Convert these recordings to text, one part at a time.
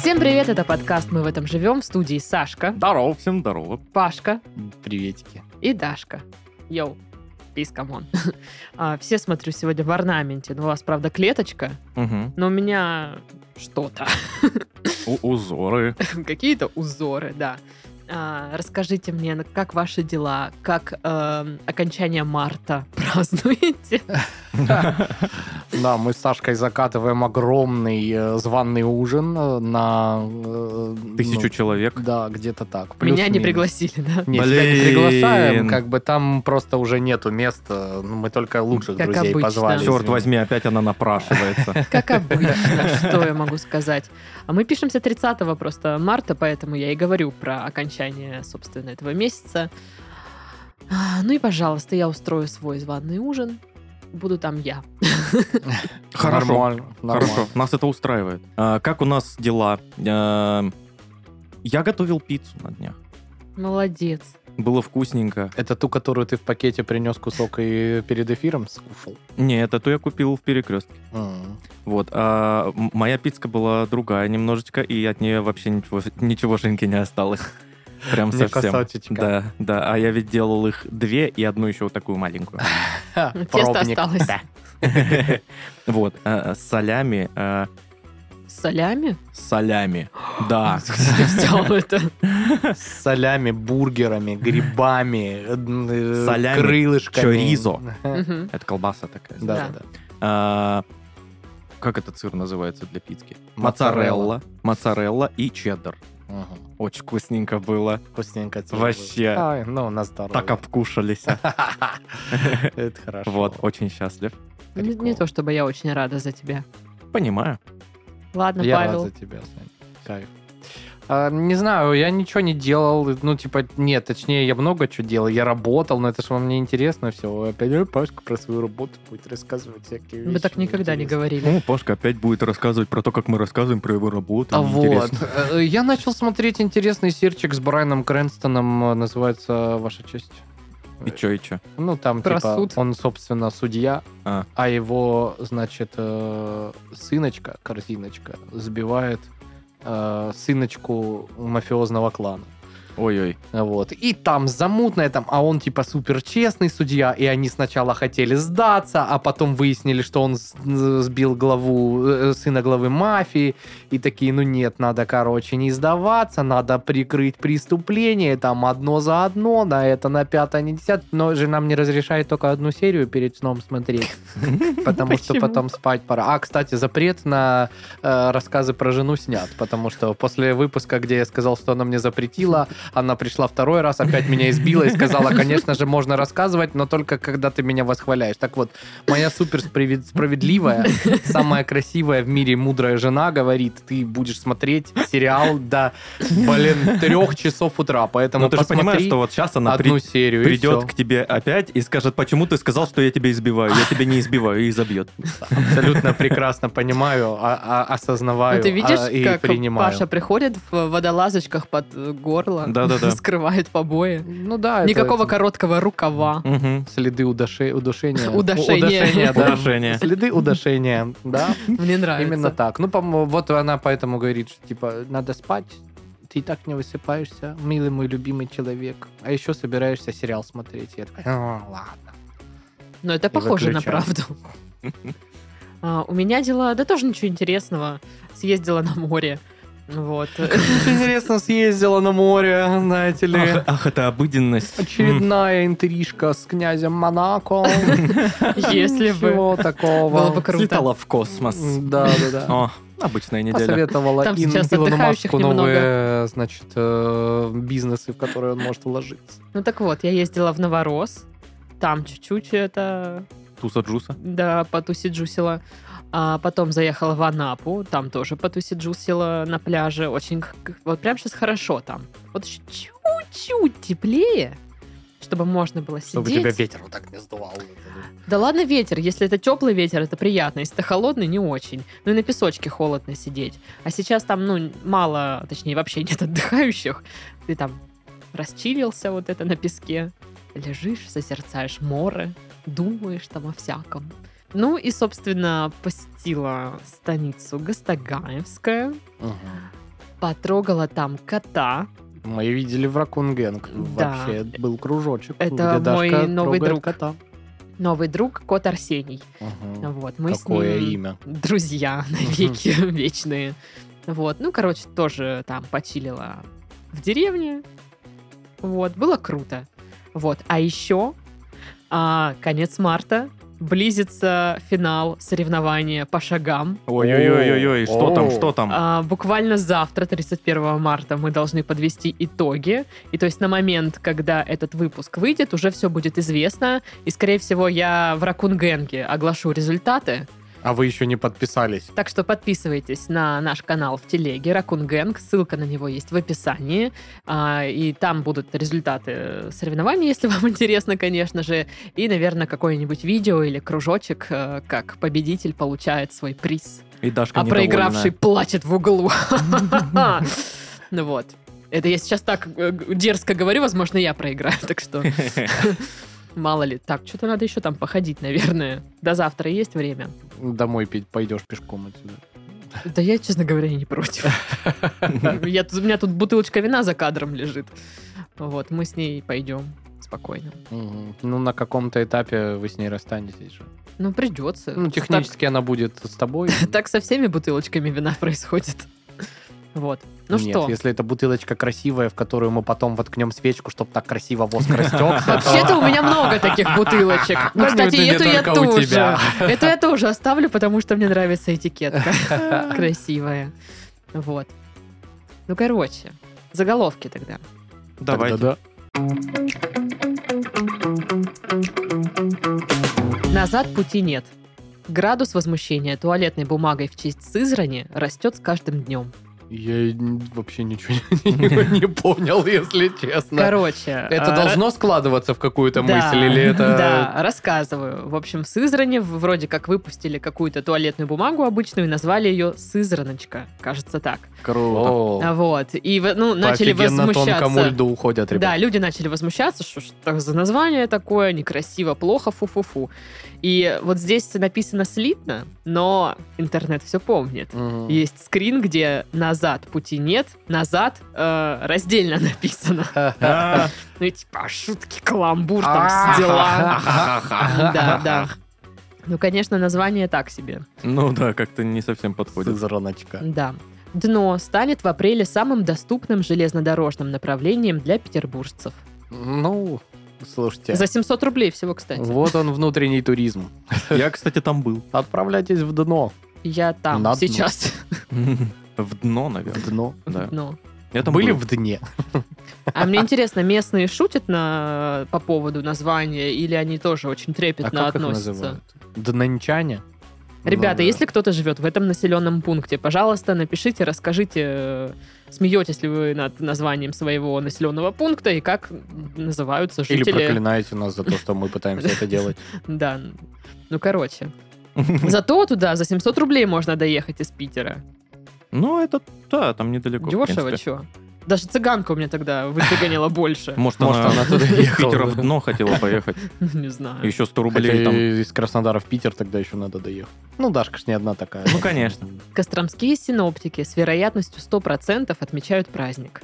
Всем привет, это подкаст «Мы в этом живем» в студии Сашка, Здорово, всем здорово. Пашка Приветики. и Дашка. Йоу, peace, камон. А, все, смотрю, сегодня в орнаменте. Ну, у вас, правда, клеточка, Угу. но у меня что-то. узоры. Какие-то узоры, да. А, расскажите мне, ну, как ваши дела? Как эм, окончание марта празднуете? Да, мы с Сашкой закатываем огромный э, званый ужин э, на... э, Тысячу ну, человек. Да, где-то так. Меня не Плюс-минус. пригласили, да? Нет, тебя не Блин. приглашаем, как бы там просто уже нету места. Ну, Мы только лучших Как друзей обычно. позвали. Черт извини. возьми, опять она напрашивается. Как обычно, что я могу сказать. А мы пишемся 30 просто марта, поэтому я и говорю про окончание, собственно, этого месяца. А, Ну и, пожалуйста, я устрою свой званый ужин. Буду там я. Хорошо. Нормально, Хорошо, нормально. нас это устраивает. А, Как у нас дела? Эм, Я готовил пиццу на днях. Молодец. Было вкусненько. Это ту, которую ты в пакете принес кусок и перед эфиром скушал? Нет, эту я купил в перекрестке. М. Вот. а м- моя пиццка была другая немножечко, и от нее вообще ничего, ничегошеньки не осталось. Прям Не Ну, совсем. касатичка. Да, да. А я ведь делал их две и одну еще вот такую маленькую. Ха, Ну, Тесто пробник. осталось. Вот. а, С солями. а, С солями? С солями. Да. Ты взял это. С солями, бургерами, грибами, э, Солями, крылышками. чоризо. Мгм. Это колбаса такая. Да, Да. да, да. А, Как этот сыр называется для пиццы? Моцарелла. Моцарелла. Моцарелла и чеддер. Мгм. Очень вкусненько было. Вкусненько тебе Вообще. было. Ай, ну, на здоровье. Так обкушались. Это хорошо. Вот, очень счастлив. Не не то, чтобы я очень рада за тебя. Понимаю. Ладно, Я рад Павел. за тебя, Сань. Кайф. А, не знаю, я ничего не делал. Ну, типа, нет, точнее, я много чего делал. Я работал, но это же вам не интересно все. Опять э, Пашка про свою работу будет рассказывать всякие Мы вещи так никогда не интересные. говорили. Ну, Пашка опять будет рассказывать про то, как мы рассказываем про его работу. А вот, э, я начал смотреть интересный серчик с Брайаном Крэнстоном, э, называется «Ваша честь». И чё, и чё? Ну, там, Про типа, суд. он, собственно, судья, А. а, его, значит, э, сыночка, корзиночка, сбивает э, сыночку мафиозного клана. Ой-ой. Вот. И там замутное, там, а он типа супер честный судья, и они сначала хотели сдаться, а потом выяснили, что он с- э, сбил главу, э, сына главы мафии, и такие, ну нет, надо, короче, не сдаваться, надо прикрыть преступление, там, одно за одно, на это, на пятое, не десятое, но же нам не разрешает только одну серию перед сном смотреть, потому что Почему? потом спать пора. А, кстати, запрет на э, рассказы про жену снят, потому что после выпуска, где я сказал, что она мне запретила, она пришла второй раз, опять меня избила и сказала, конечно же, можно рассказывать, но только когда ты меня восхваляешь. Так вот, моя супер спреви- справедливая, самая красивая в мире мудрая жена говорит, ты будешь смотреть сериал до, блин, трех часов утра, поэтому Ну, ты же понимаешь, посмотри что вот сейчас она одну при- серию и всё. придет к тебе опять и скажет, почему ты сказал, что я тебя избиваю, я тебя не избиваю, и забьет. Абсолютно прекрасно понимаю, а- а- осознаваю Ну, ты видишь, а, и как принимаю. Паша приходит в водолазочках под э, горло, Да-да-да. скрывает побои. Ну да, это- Никакого это- короткого рукава. Угу. следы удуши- Удушения. удушения. У- удушения, да. Удушения. Следы удушения, да. Мне нравится. Именно так. Ну, по-моему, вот она поэтому говорит, что, типа, надо спать, ты и так не высыпаешься, милый мой любимый человек. А еще собираешься сериал смотреть. Я такой, «Ну, ладно. Но это похоже на выключаю. правду. А, У меня дела, да тоже ничего интересного. Съездила на море. Вот. Интересно, съездила на море, знаете ли. Ах, ах, это обыденность. Очередная интрижка с князем Монако. Если бы. Ничего такого. Было бы круто. Слетала в космос. Да, да, да. О, обычная неделя. посоветовала Там Ин- сейчас Илону отдыхающих Маску немного. новые, значит, э, бизнесы, в которые он может вложиться. Ну так вот, я ездила в Новорос. Там чуть-чуть это, Туса Джуса. да, потусиджусила. А потом заехала в Анапу, там тоже потусиджусила на пляже. Очень, к- к- вот прям сейчас хорошо там. Вот ещё чуть-чуть теплее, чтобы можно было сидеть. Чтобы тебя ветер вот так не сдувал. Да ладно ветер, если это теплый ветер, это приятно, если это холодный, не очень. Ну и на песочке холодно сидеть. А сейчас там, ну, мало, точнее, вообще нет отдыхающих. Ты там расчилился вот это на песке, лежишь, созерцаешь море, думаешь там о всяком. Ну и, собственно, посетила станицу Гастагаевская, потрогала там кота. Мы видели в Ракунгенг. Да. Вообще был кружочек. Это где мой Дашка новый трогает друг. кота. Новый друг кот Арсений. Мгм. Вот, мы Какое с ним имя. друзья навеки вечные. Вот, ну, короче, тоже там почилила в деревне. Вот, было круто. Вот, а еще а, конец марта близится финал соревнования по шагам. Ой-ой-ой-ой, что там, О. что там? А, буквально завтра, 31 марта, мы должны подвести итоги. И то есть на момент, когда этот выпуск выйдет, уже все будет известно. И, скорее всего, я в Ракунгенге оглашу результаты. А вы еще не подписались. Так что подписывайтесь на наш канал в телеге Ракунгэнг. Ссылка на него есть в описании. А, И там будут результаты соревнований, если вам интересно, конечно же. И, наверное, какое-нибудь видео или кружочек, э, как победитель получает свой приз. И Дашка А проигравший плачет в углу. Ну вот. Это я сейчас так э, г- дерзко говорю, возможно, я проиграю, так что недовольна. мало ли. Так, что-то надо еще там походить, наверное. До завтра есть время? Домой пить пойдешь пешком отсюда. Да я, честно говоря, и не против. Я тут- У меня тут бутылочка вина за кадром лежит. Вот, мы с ней пойдем спокойно. Мгм. Ну, на каком-то этапе вы с ней расстанетесь же. Ну, придется. Ну, технически она будет с тобой. Так, так со всеми бутылочками вина происходит. Вот. Ну Нет, что, если это бутылочка красивая, в которую мы потом воткнем свечку, чтобы так красиво воск растек. вообще-то у меня много таких бутылочек. Ну, кстати, Наверное, не эту я только у тоже. тебя. Эту я тоже оставлю, потому что мне нравится этикетка. Красивая. Вот. Ну, короче, заголовки тогда. Давай. Тогда Назад пути нет. Градус возмущения туалетной бумагой в честь Сызрани растет с каждым днем. да. Я и н- вообще ничего не не понял, если честно. Короче. Это а, должно складываться в какую-то да, мысль, или это... Да, рассказываю. В общем, в Сызране в- вроде как выпустили какую-то туалетную бумагу обычную и назвали ее Сызраночка. Кажется так. Круто. О, А Вот. И в- ну, по начали офигенно тонкому возмущаться. льду уходят, Да, ребята. люди начали возмущаться, что ж так за название такое, некрасиво, плохо, фу-фу-фу. И вот здесь написано слитно, но интернет все помнит. Мгм. Есть скрин, где назад пути нет, назад э, раздельно написано. А, Ну и типа шутки, каламбур, там все А, дела. Да, да. Ну, конечно, название так себе. Ну да, как-то не совсем подходит. Сызраночка. Да. Дно станет в апреле самым доступным железнодорожным направлением для петербуржцев. Ну, слушайте. За 700 рублей всего, кстати. Вот он, внутренний туризм. Я, кстати, там был. Отправляйтесь в дно. Я там На дно. сейчас. В дно, В наверное. дно. Да. Дно. Я там Были был. в дне. А мне интересно, местные шутят на, по поводу названия или они тоже очень трепетно А как их относятся? называют? Днанчане? Ребята, Ну да. если кто-то живет в этом населенном пункте, пожалуйста, напишите, расскажите, э, смеетесь ли вы над названием своего населенного пункта и как называются Или жители. проклинаете нас за то, что мы пытаемся это делать. Да. Ну, короче. Зато туда за 700 рублей можно доехать из Питера. Ну, это, да, там недалеко. в Дешево, принципе. чё? Даже цыганка у меня тогда выцыганила больше. Может, Может, она она туда из ехала, Питера да. в дно хотела поехать. Не знаю. Еще 100 Хотя рублей там. и из Краснодара в Питер тогда еще надо доехать. Ну, Дашка ж не одна такая. Ну, конечно. Костромские синоптики с вероятностью 100% отмечают праздник.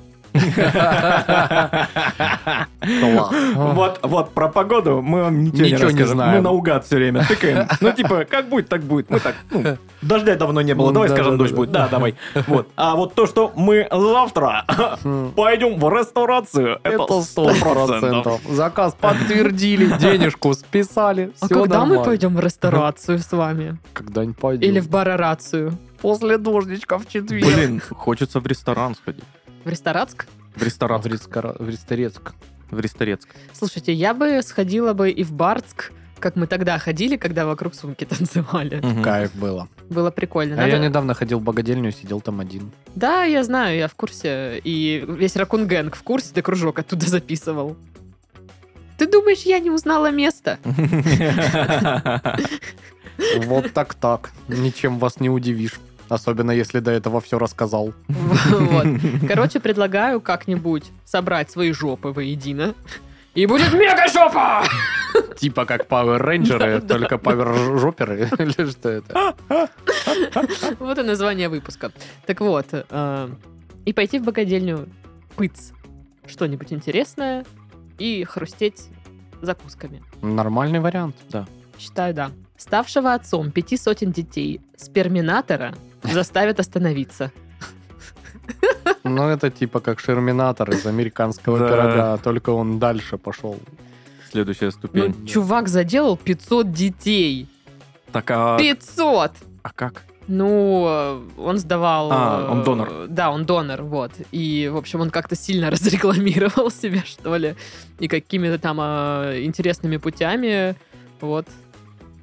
Класс. Вот, вот про погоду мы вам А. ничего, не Ничего не расскажем. знаем. Мы наугад все время тыкаем. Ну, типа, как будет, так будет. Мы так, ну, дождя давно не было. Ну, Давай да, скажем, да, дождь да. будет. Да, давай. Вот. А вот то, что мы завтра М, пойдем в ресторацию, это Это сто сто процентов. процентов. Заказ подтвердили, денежку списали. А всё когда мы нормально. пойдем в ресторацию с вами? Когда-нибудь пойдем. Или в барорацию? после дождичка в четверг. Блин, хочется в ресторан сходить. В Ресторацк? В А ресторан. в Рецкара- в Ресторецк. В Ресторецк. Слушайте, я бы сходила бы и в Барск, как мы тогда ходили, когда вокруг сумки танцевали. Мгм. Кайф было. Было прикольно. А я Надо- недавно ходил в богадельню, сидел там один. Да, я знаю, я в курсе. И весь Ракунгэнг в курсе, да кружок оттуда записывал. Ты думаешь, я не узнала место? Вот так так. Ничем вас не удивишь. Особенно если до этого все рассказал. Вот. Короче, предлагаю как-нибудь собрать свои жопы воедино И будет мега-жопа! Типа как Power Рейнджеры, только Power Жоперы. Или что это? Вот и название выпуска. Так вот, э, и пойти в богадельню пыц что-нибудь интересное и хрустеть закусками. Нормальный вариант, да. Считаю, да. Ставшего отцом пяти сотен детей сперминатора заставят остановиться. Ну, это типа как Шерминатор из американского Да. пирога, только он дальше пошел. Следующая ступень. Ну, чувак заделал 500 детей. так, а, 500! а как? Ну, э, он сдавал... А, э, он донор. Да, он донор, вот. И, в общем, он как-то сильно разрекламировал себя, что ли. И какими-то там э, интересными путями. Вот.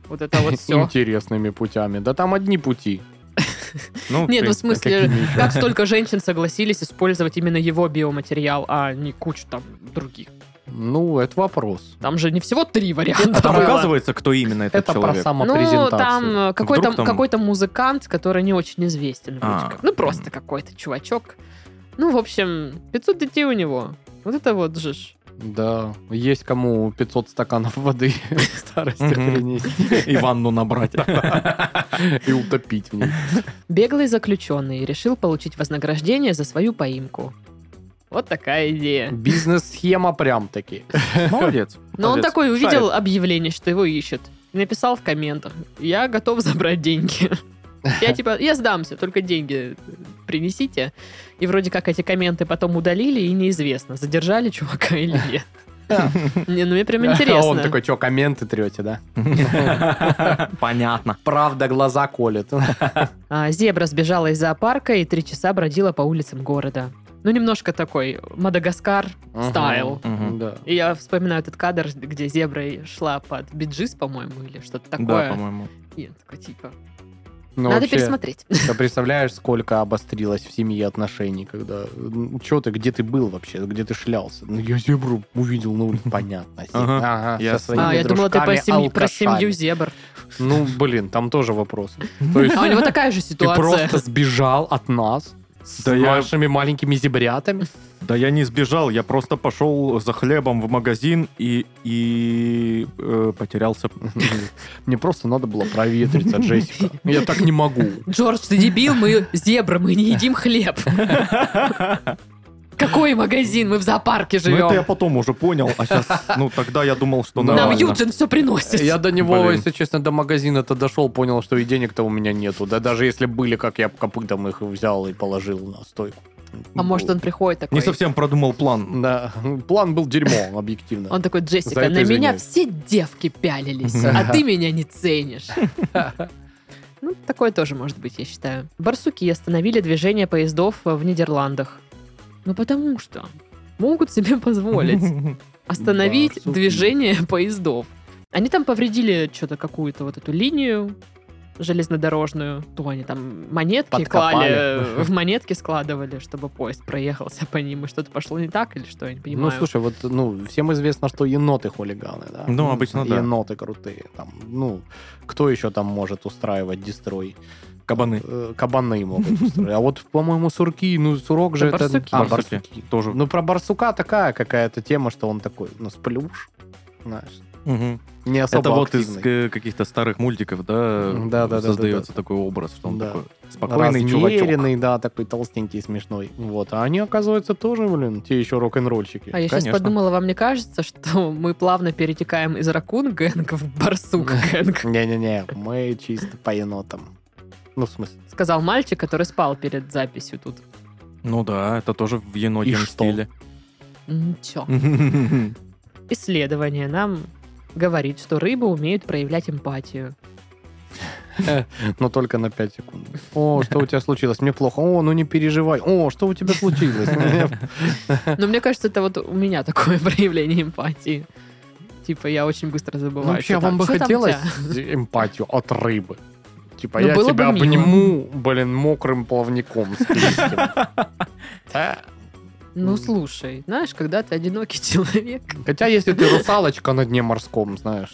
Вот это вот все. Интересными путями. Да там одни пути. Ну, Не, ну в принципе, смысле, какими еще? как столько женщин согласились использовать именно его биоматериал, а не кучу там других. Ну, это вопрос. Там же не всего три варианта. А Там было. указывается, кто именно этот Это про человек. Ну, самопрезентацию. там э, какой-то Вдруг там- какой-то музыкант, который не очень известен. вроде А. как. Ну, просто какой-то чувачок. Ну, в общем, 500 детей у него. Вот это вот же ж. Да, есть кому 500 стаканов воды в старости Мгм. принести И ванну набрать. и утопить в ней. Беглый заключенный решил получить вознаграждение за свою поимку. Вот такая идея. Бизнес-схема прям-таки. Молодец. Но Ну, он молодец. такой увидел Шарит. объявление, что его ищет. И написал в комментах, я готов забрать деньги. Я типа, я сдамся, только деньги принесите. И вроде как эти комменты потом удалили, и неизвестно, задержали чувака или нет. Не, ну мне прям А он интересно. такой, что, комменты трете, да? Понятно. Правда, глаза колет. А, Зебра сбежала из зоопарка и три часа бродила по улицам города. Ну, немножко такой Мадагаскар стайл. Мгм. Да. И я вспоминаю этот кадр, где зебра шла под биджис, по-моему, или что-то Да, такое. по-моему. И я такой, типа, Ну, надо вообще, пересмотреть. Ты представляешь, сколько обострилось в семье отношений, когда... Че ты, где ты был вообще, где ты шлялся? Ну, я зебру увидел на улице. Понятно. Ага, Ага, со ясно. своими А, я думала, ты про, дружками, семь- про алкашами. семью зебр. Ну, блин, там тоже вопрос. То есть А у него такая же ты ситуация. просто сбежал от нас с Да я- нашими маленькими зебрятами? Да я не сбежал, я просто пошел за хлебом в магазин и, и э, потерялся. Мне просто надо было проветриться, Джессика. Я так не могу. Джордж, ты дебил, мы зебры, мы не едим хлеб. Какой магазин? Мы в зоопарке Ну это я живем. потом уже понял, а сейчас, ну тогда я думал, что Нам Нам нормально. Юджин все приносит. Э, Я до него, Блин. если честно, до магазина-то дошел, понял, что и денег-то у меня нету. Да даже если были, как я копытом их взял и положил на стойку. А может, он приходит такой... Не совсем продумал план. Да, план был дерьмо, объективно. Он такой, За Джессика, это на меня извиняюсь». все девки пялились, а ты меня не ценишь. Ну, такое тоже может быть, я считаю. Барсуки остановили движение поездов в Нидерландах. Ну, потому что могут себе позволить. остановить Барсуки. движение поездов. Они там повредили что-то какую-то вот эту линию железнодорожную, то они там монетки Подкопали. клали, в монетки складывали, чтобы поезд проехался по ним, и что-то пошло не так, или что, я не понимаю. Ну, слушай, вот, ну, всем известно, что еноты хулиганы, да? Ну, обычно да. Еноты крутые. Там, ну, кто еще там может устраивать дестрой? Кабаны. Э, Кабаны могут устраивать. А вот, по-моему, сурки, ну, сурок же Это это... барсуки. А, Барсуки. барсуки. Тоже. Ну, про барсука такая какая-то тема, что он такой, ну, сплюш, знаешь, Мгм. не особо Это вот из активный. э, каких-то старых мультиков, да, М, да, да, да, создается да, да. такой образ, что он Да. такой спокойный чувачок. Размеренный, да, такой толстенький, смешной. Вот. А они, оказывается, тоже, блин, те еще рок-н-ролльщики. а я сейчас конечно. подумала, вам не кажется, что мы плавно перетекаем из ракун гэнг в барсук гэнг? Не-не-не, мы чисто по енотам. Ну, в смысле, Сказал мальчик, который спал перед записью тут. Ну да, это тоже в И енотьем что? стиле. Ну Ничего. Исследование нам говорит, что рыбы умеют проявлять эмпатию. но только на 5 секунд. О, что у тебя случилось? Мне плохо. О, ну не переживай. О, что у тебя случилось? Но мне кажется, это вот у меня такое проявление эмпатии. Типа, я очень быстро Ну, забываю. Вообще, что там- вам бы что там у хотелось тебя? эмпатию от рыбы? Типа, Ну, я было бы тебя мило. обниму, блин, мокрым плавником. с листьем. Э, Ну, слушай, знаешь, когда ты одинокий человек, Хотя, если ты русалочка на дне морском, знаешь,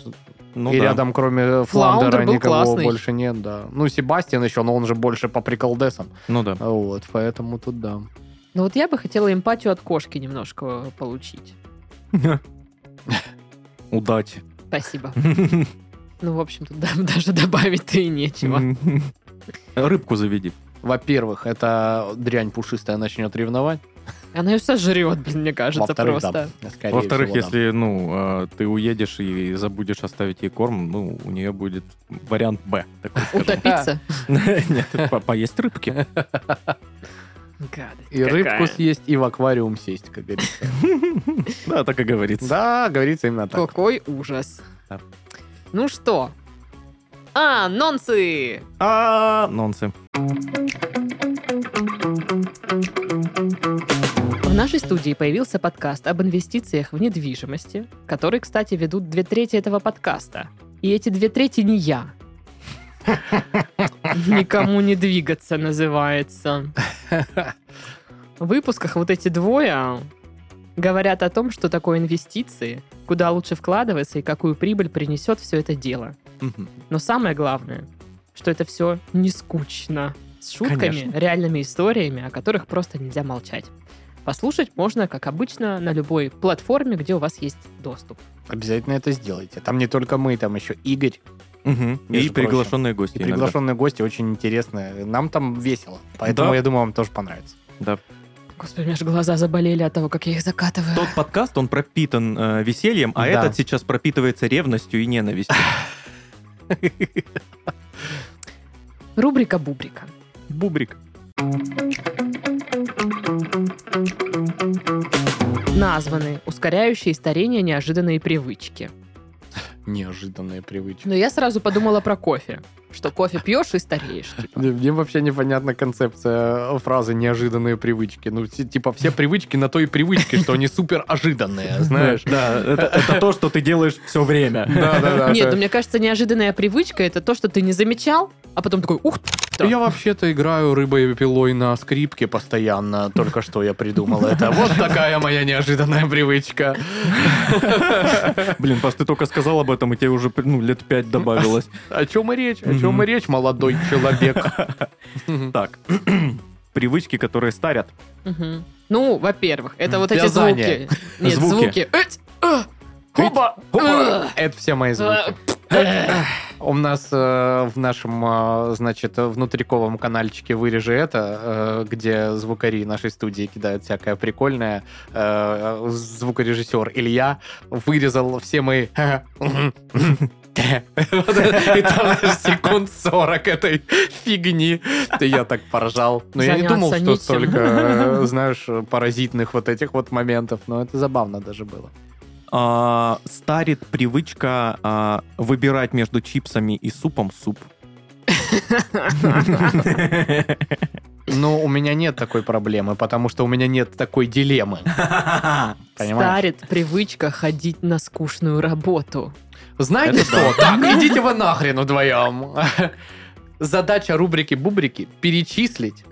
Ну и да. рядом, кроме Флаундер Фландера, был никого классный. больше нет, да. Ну, Себастьян еще, но он же больше по приколдесам. Ну да. Вот, поэтому тут да. ну вот я бы хотела эмпатию от кошки немножко получить. Удачи. Спасибо. Ну, в общем-то, да- даже добавить-то и нечего. Рыбку заведи. Во-первых, эта дрянь пушистая начнет ревновать. Она ее сожрет, блин, мне кажется, Во-вторых, просто. да, скорее Во-вторых, всего, да. если ну э, ты уедешь и забудешь оставить ей корм, ну, у нее будет вариант Б. такой, скажем. Утопиться? Нет, по- поесть рыбки. Гадость И рыбку какая. съесть, и в аквариум сесть, как говорится. Да, так и говорится. Да, говорится именно так. Какой ужас. Да. Ну что? А, Анонсы! А, нонсы. В нашей студии появился подкаст об инвестициях в недвижимости, который, кстати, ведут две трети этого подкаста. И эти две трети не я. Никому не двигаться называется. В выпусках вот эти двое говорят о том, что такое инвестиции, куда лучше вкладываться и какую прибыль принесет все это дело. Мгм. Но самое главное, что это все не скучно. С шутками, Конечно. реальными историями, о которых просто нельзя молчать. Послушать можно, как обычно, на любой платформе, где у вас есть доступ. Обязательно это сделайте. Там не только мы, там еще Игорь Мгм. И Между прочим. приглашенные и гости. иногда. приглашенные гости очень интересные. Нам там весело, поэтому Да. я думаю, вам тоже понравится. Да. Господи, у меня же глаза заболели от того, как я их закатываю. Тот подкаст, он пропитан э, весельем, а Да. этот сейчас пропитывается ревностью и ненавистью. Рубрика Бубрика. Бубрик. Названы «Ускоряющие старение неожиданные привычки». Неожиданные привычки. Но я сразу подумала про кофе. Что кофе пьешь и стареешь. типа. Мне- Мне вообще непонятна концепция э, фразы «неожиданные привычки». Ну, ти- типа, все привычки на той привычке, что они супер ожиданные, знаешь? Да, это, это то, что ты делаешь все время. Да-да-да. Нет, ну, мне кажется, неожиданная привычка – это то, что ты не замечал, а потом такой «Ух, Да. Я вообще-то играю рыбой и пилой на скрипке постоянно. Только что я придумал это. Вот такая моя неожиданная привычка. Блин, Паш, ты только сказал об этом, и тебе уже ну, лет пять добавилось. О чем и речь? О чем и речь, молодой человек? Так, привычки, которые старят. Мгм. Ну, во-первых, это вот эти Вязание. звуки. Нет, Звуки. звуки. Эть, а, Хоба! Опа! Э. Это все мои звуки. У нас э, в нашем, э, значит, внутриковом каналчике «Вырежи это», э, где звукари нашей студии кидают всякое прикольное, э, звукорежиссер Илья вырезал все мои... И там секунд 40 этой фигни. И Я так поржал. Но я не Заняться думал, что нечем. столько, э, знаешь, паразитных вот этих вот моментов. Но это забавно даже было. А, старит привычка а, выбирать между чипсами и супом суп. Но Ну, у меня нет такой проблемы, потому что у меня нет такой дилеммы. Понимаешь? Старит привычка ходить на скучную работу. Знаете Это что? Так, идите вы нахрен вдвоем. Задача рубрики «Бубрики» — перечислить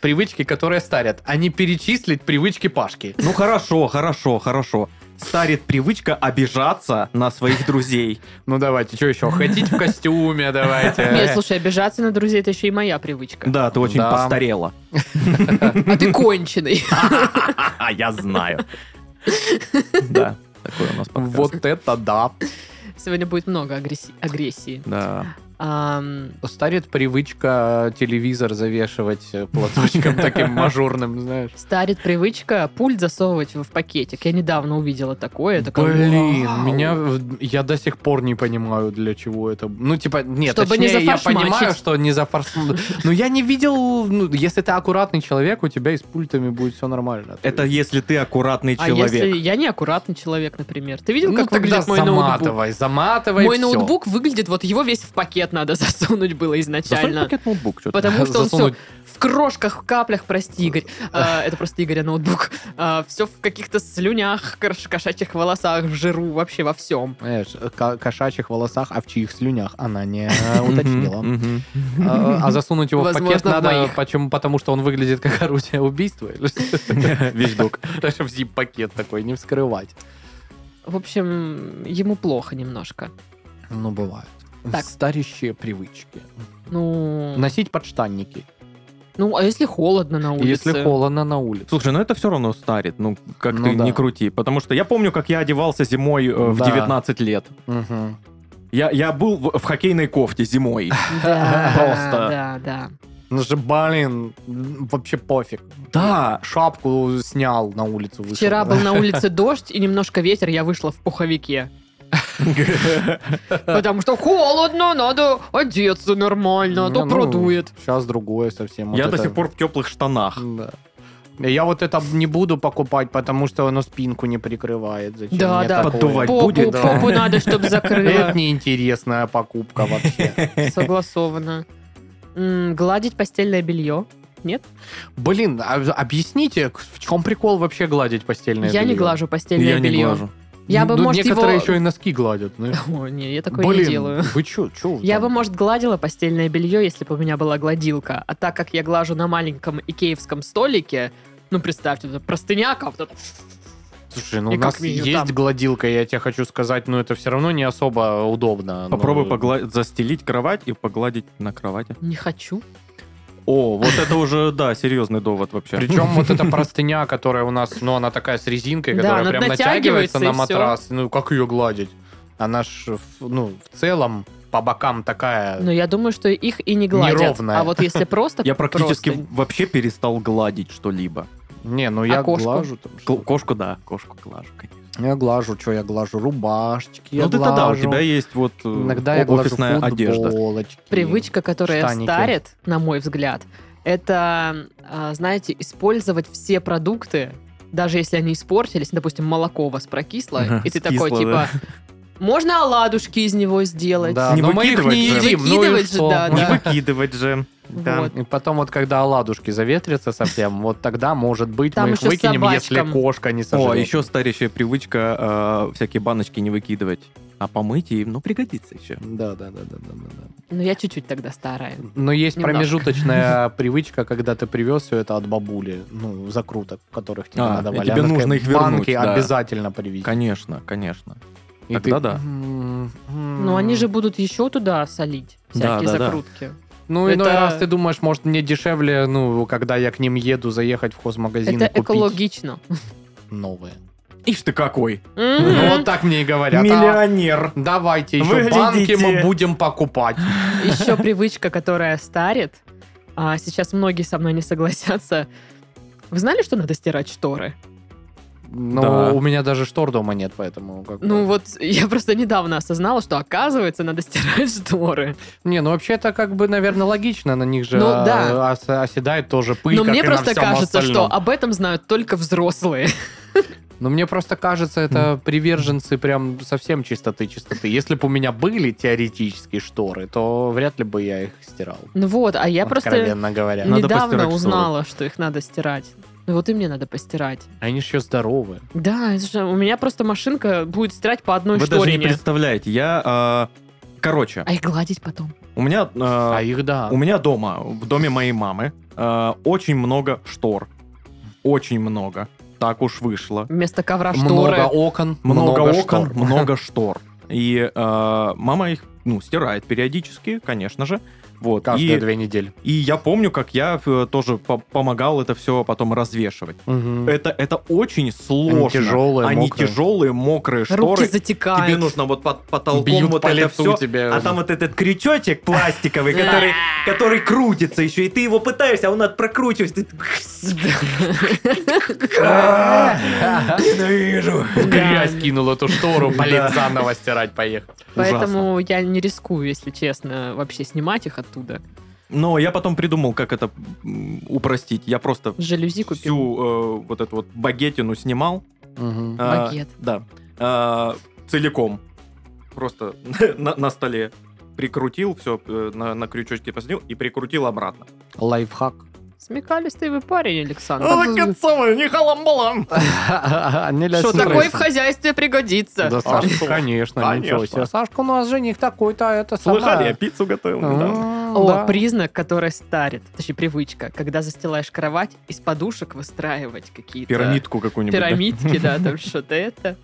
привычки, которые старят, а не перечислить привычки Пашки. Ну хорошо, хорошо, хорошо. Старит привычка обижаться на своих друзей. Ну давайте, что еще? Ходить в костюме, Нет, давайте. слушай, обижаться на друзей это еще и моя привычка. Да, ты очень Да. постарела. А ты конченый. А я знаю. Да, такой у нас подкаст. Вот это да. Сегодня будет много агресси- агрессии. Да. Ам, Старит привычка телевизор завешивать э, платочком таким мажорным, знаешь. Старит привычка пульт засовывать в в пакетик. Я недавно увидела такое. я такая, Блин, «Вау». меня в- я до сих пор не понимаю, для чего это. Ну, типа, нет, Чтобы не точнее, я зафоршмачить. понимаю, что не за Но я не видел, ну, если ты аккуратный человек, у тебя и с пультами будет все нормально. То Это если ты аккуратный А если человек. я неаккуратный человек, например? Ты видел, есть- ну, как тогда выглядит мой ноутбук? заматывай, заматывай Мой всё. ноутбук выглядит, вот его весь в пакет надо засунуть было Засунь в изначально. пакет ноутбук. чё ты. Потому что он все Засунуть. в крошках, в каплях, прости, Игорь. А, Это просто Игоря ноутбук. Все в каких-то слюнях, кош- кошачьих волосах, в жиру, вообще во всем. Знаешь, ко- кошачьих волосах, а в чьих слюнях она не э, Мгм, уточнила. мгм. А а засунуть его в Возможно, пакет в надо, моих. почему? Потому что он выглядит как орудие убийства. или что? Вещдок. Даже в зип-пакет такой не вскрывать. В общем, ему плохо немножко. Ну, бывает. Так. Старящие привычки. Ну, Носить подштанники. Ну, а если холодно на улице? Если холодно на улице. Слушай, ну это все равно старит, ну как Ну ты да. не крути. Потому что я помню, как я одевался зимой э, в Да. 19 лет. Мгм. Я, я был в, в хоккейной кофте зимой. Да, Просто. Да, да. Ну же, блин, м, вообще пофиг. Да. Шапку снял на улицу. вышел. Вчера был на улице дождь и немножко ветер, я вышла в пуховике. Потому что холодно, надо одеться нормально, а Ну, то продует. Сейчас ну, другое совсем. Я Вот до это- сих пор в теплых штанах. Да. Я вот это не буду покупать, потому что оно спинку не прикрывает. Зачем Да, мне да. такое? Поддувать Попу, будет, да. попу надо, чтобы Это закрыла. неинтересная покупка вообще. Согласовано. М, Гладить постельное белье. Блин, а- объясните, к- в чем прикол вообще гладить постельное Я не белье? глажу постельное Я не белье. глажу. Я бы, Ну, может, его... некоторые еще и носки гладят. знаешь. О, не, я такое Блин, не делаю. вы чё, чё вы Я бы, там? может, гладила постельное белье, если бы у меня была гладилка. А так как я глажу на маленьком икеевском столике, ну, представьте, тут простыня а как тут. Слушай, ну И у как нас минимум есть там. гладилка, я тебе хочу сказать, но это все равно не особо удобно. Попробуй Ну, погла- застелить кровать и погладить на кровати. Не хочу. О, вот это уже, да, серьезный довод вообще. Причем вот эта простыня, которая у нас, ну, она такая с резинкой, Да, которая она прям натягивается натягивается, и на всё. матрас. Ну, как ее гладить? Она ж, ну, в целом по бокам Но такая... я думаю, что их и не гладят. Неровная. А вот если просто... Я практически просто. вообще перестал гладить что-либо. Не, ну я А кошку? глажу там. Кл- что-то. Ну, Кошку, да, кошку глажу, конечно. Я глажу, что я глажу? Рубашечки я Ну ты глажу. да, у тебя есть вот э, Иногда о- я глажу офисная одежда. футболочки. Привычка, которая штаники. старит, на мой взгляд, это, а, знаете, использовать все продукты, даже если они испортились, ну, допустим, молоко у вас прокисло, Ага, и ты такой, скисло, типа, да. можно оладушки из него сделать. Да, Не но мы их выкидывать не же. едим. ну и Выкидывать же, что? да, Не да. выкидывать же. Да. Вот. И потом вот когда оладушки заветрятся совсем, вот тогда, может быть, Там мы их еще выкинем, если собачкам. кошка не сожрет. О, еще старящая привычка э, всякие баночки не выкидывать, а помыть и, ну, пригодится еще. Да, да, да, да, да, да, да. Ну, я чуть-чуть тогда старая. Но есть Немножко. промежуточная привычка, когда ты привез все это от бабули, ну, закруток, которых тебе А, надо и тебе нужно их вернуть, Банки да. обязательно привези. Конечно, конечно. И Тогда ты, да. «М, м». Но Ну, они же будут еще туда солить Да, всякие да, да. закрутки. Ну, иной это- раз ты думаешь, может, мне дешевле, ну, когда я к ним еду, заехать в хозмагазин Это и купить экологично. новые. Ишь ты какой! Ну, Мгм. вот так мне и говорят. «А, Давайте еще Выглядите. банки мы будем покупать. Еще привычка, которая старит. А сейчас многие со мной не согласятся. Вы знали, что надо стирать шторы? Ну, Да. у меня даже штор дома нет, поэтому... Как бы- Ну вот я просто недавно осознала, что оказывается надо стирать шторы. Не, ну вообще это как бы, наверное, логично. На них же Ну, а, да. ос- оседает тоже пыль, Но как мне и на просто всем кажется, остальном. что а об этом знают только взрослые. Но мне просто кажется, это приверженцы прям совсем чистоты-чистоты. Если бы у меня были теоретические шторы, то вряд ли бы я их стирал. Ну вот, а я просто откровенно говоря. Надо недавно постирать шторы. узнала, что их надо стирать. Ну вот и мне надо постирать. А Они еще здоровы. Да, это же у меня просто машинка будет стирать по одной Вы даже шторе. не представляете, я... э, короче, А их гладить потом. у меня... э, А их да. У меня дома, в доме моей мамы, э, очень много штор. Очень много. Так уж вышло. Вместо ковра шторы. Много окон, Много, окон, штор. много штор. И э, мама их, ну, стирает периодически, конечно же. Вот. Каждые И, две недели. и я помню, как я э, тоже по- помогал это все потом развешивать. Мгм. Это, это очень сложно. тяжелые, Они мокрые. тяжелые, мокрые Руки шторы. затекают. Тебе нужно вот под потолком Бьют вот по это лицу все. тебе. А там вот этот крючочек пластиковый, который, который крутится еще, и ты его пытаешься, а он от- прокручивается. ты- «А, Ненавижу. В грязь кинул эту штору, блин, Да. заново стирать поехал. Поэтому я не рискую, если честно, вообще снимать их оттуда. Но я потом придумал, как это м, упростить. Я просто Жалюзи купил. всю э, вот эту вот багетину снимал. Мгм. А, Багет. Да. А, Целиком. Просто на на столе прикрутил, все на на крючочке посадил и прикрутил обратно. Лайфхак. Смекалистый вы парень, Ну, Александр. не халамбалам. Что Что такое в хозяйстве пригодится? Да, А Сашка, что? конечно, ничего Конечно. себе. Сашка у нас жених такой-то, а это сама. Слыхали, я пиццу готовил недавно. М, О, да. признак, который старит, точнее привычка, когда застилаешь кровать, из подушек выстраивать какие-то Пирамидку какую-нибудь. да? пирамидки, да, там что-то это.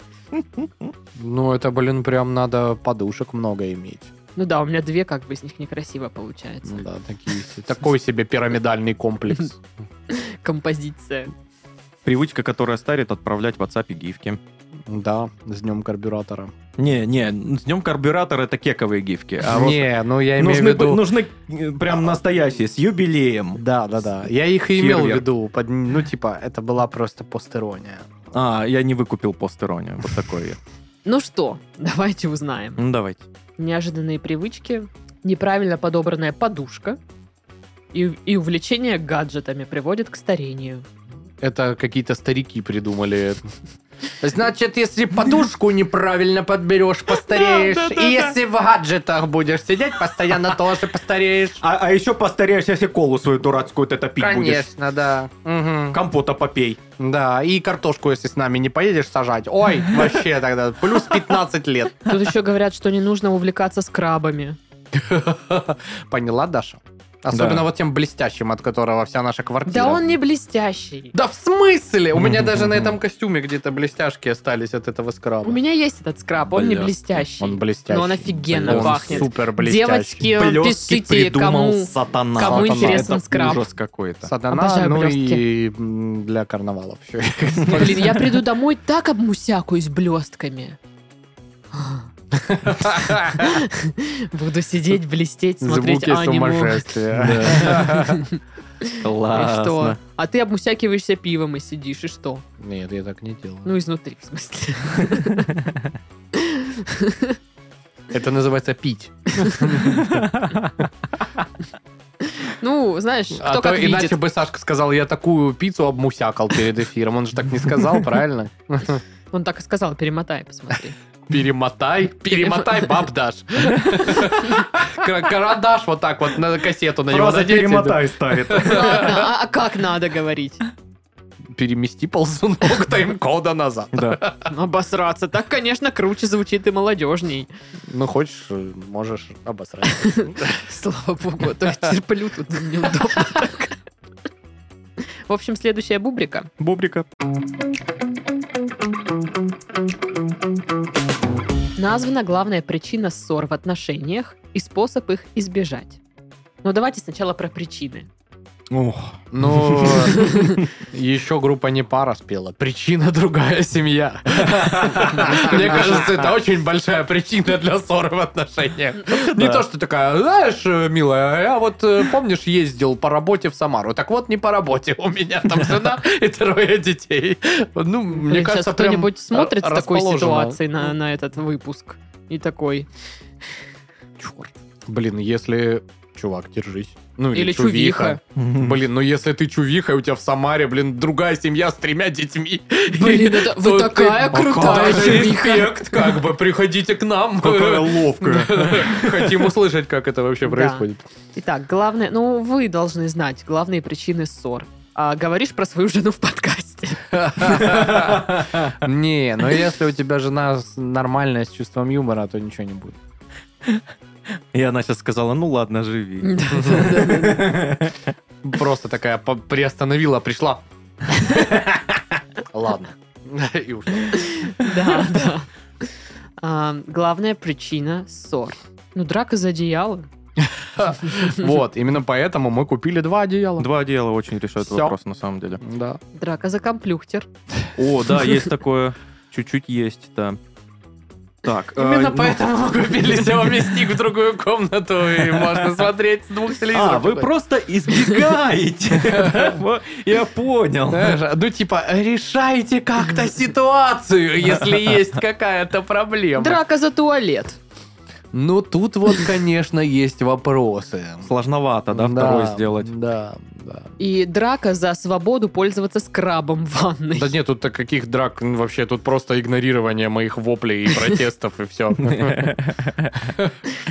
Ну, это, блин, прям надо подушек много иметь. Ну да, у меня две как бы из них некрасиво получается. Ну да, такие, такой себе пирамидальный комплекс. Композиция. Привычка, которая старит, отправлять в WhatsApp гифки. Да, с днем карбюратора. Не, не, с днем карбюратора это кековые гифки. а вот Не, ну я имею в нужны, виду... нужны э, прям настоящие, с юбилеем. Да, да, да. Я их и имел в Фейерверк. виду. под- Ну, типа, это была просто постерония. А, я не выкупил постерония. Вот такой я. Ну что, давайте узнаем. Ну, давайте. Неожиданные привычки, неправильно подобранная подушка и, и увлечение гаджетами приводит к старению. Это какие-то старики придумали. это. Значит, если подушку неправильно подберешь, постареешь. Да, да, да, И да. если в гаджетах будешь сидеть, постоянно тоже постареешь. А, а еще постареешь, если колу свою дурацкую это пить будешь. Конечно, да. Мгм. Компота попей. Да, и картошку, если с нами не поедешь сажать. Ой, вообще тогда плюс 15 лет. Тут еще говорят, что не нужно увлекаться скрабами. Поняла, Даша? Особенно Да. вот тем блестящим, от которого вся наша квартира. Да он не блестящий. Да в смысле? У меня даже на Мгм. этом костюме где-то блестяшки остались от этого скраба. У меня есть этот скраб, он не Бля, блестящий. Он блестящий. Но Ну, он офигенно Он пахнет. супер блестящий. Девочки, Блестки пишите, придумал Э, кому... сатана. кому Сатана. интересен Это скраб. ужас какой-то. Сатана, Обожаю ну блестки. и м, для карнавалов еще. Блин, я приду домой так обмусякаюсь блестками. Буду сидеть, блестеть, смотреть Звуки аниму. сумасшествия. И что? А ты обмусякиваешься пивом и сидишь, и что? Нет, я так не делаю. Ну, изнутри, в смысле. Это называется пить. Ну, знаешь, А кто то как иначе видит. бы Сашка сказал, я такую пиццу обмусякал перед эфиром. Он же так не сказал, правильно? Он так и сказал, перемотай, посмотри. Перемотай, перемотай, баб дашь. Кра- Карандаш вот так вот на кассету на него Просто задеть. перемотай ставит. Ладно, а- а как надо говорить? Перемести ползунок тайм-кода назад. Да. Обосраться. Так, конечно, круче звучит и молодежней. Ну, хочешь, можешь обосрать. Слава богу, а то я терплю тут неудобно так. В общем, следующая бубрика. Бобрика. Названа главная причина ссор в отношениях и способ их избежать. Но давайте сначала про причины. Ох. Ну, еще группа не пара спела. Причина другая семья. Мне кажется, это очень большая причина для ссоры в отношениях. Не Да. то, что такая, знаешь, э, милая, я вот, э, помнишь, ездил по работе в Самару. Так вот, не по работе. У меня там жена и трое детей. Ну, мне Блин, кажется, сейчас кто-нибудь прям смотрит в такой расположено. Ну. ситуации на, на этот выпуск и такой. Чёрт. Блин, если... Чувак, держись. Ну, Или чувиха. Блин, ну если ты чувиха, и у тебя в Самаре, блин, другая семья с тремя детьми. Блин, это вы то ты- такая Какая крутая чувиха. респект, как бы, приходите к нам. Какая ловкая. Хотим услышать, как это вообще Да. происходит. Итак, главное, ну вы должны знать главные причины ссор. А говоришь про свою жену в подкасте. Не, но если у тебя жена с- нормальная, с чувством юмора, то ничего не будет. И она сейчас сказала, ну ладно, живи. Да-да-да. Просто такая по- приостановила, пришла. Ладно. И ушла. Да, да. А, Главная причина ссор. Ну, драка за одеяло. Вот, именно поэтому мы купили два одеяла. Два дела очень решают Всё. вопрос, на самом деле. Да. Драка за комплюхтер. О, да, есть такое. Чуть-чуть есть, да. Так. э, Именно ну- поэтому мы купили Xiaomi Stick в другую комнату, и можно смотреть с двух телевизоров. А, вы Такой. просто избегаете. Вот, Я понял. Знаешь, ну типа, решайте как-то ситуацию, если есть какая-то проблема. Драка за туалет. Ну тут вот, конечно, есть вопросы. Сложновато, да, второй сделать. Да, да. И драка за свободу пользоваться скрабом в ванной. Да нет, тут-то каких драк ну, вообще, тут просто игнорирование моих воплей и протестов, и все.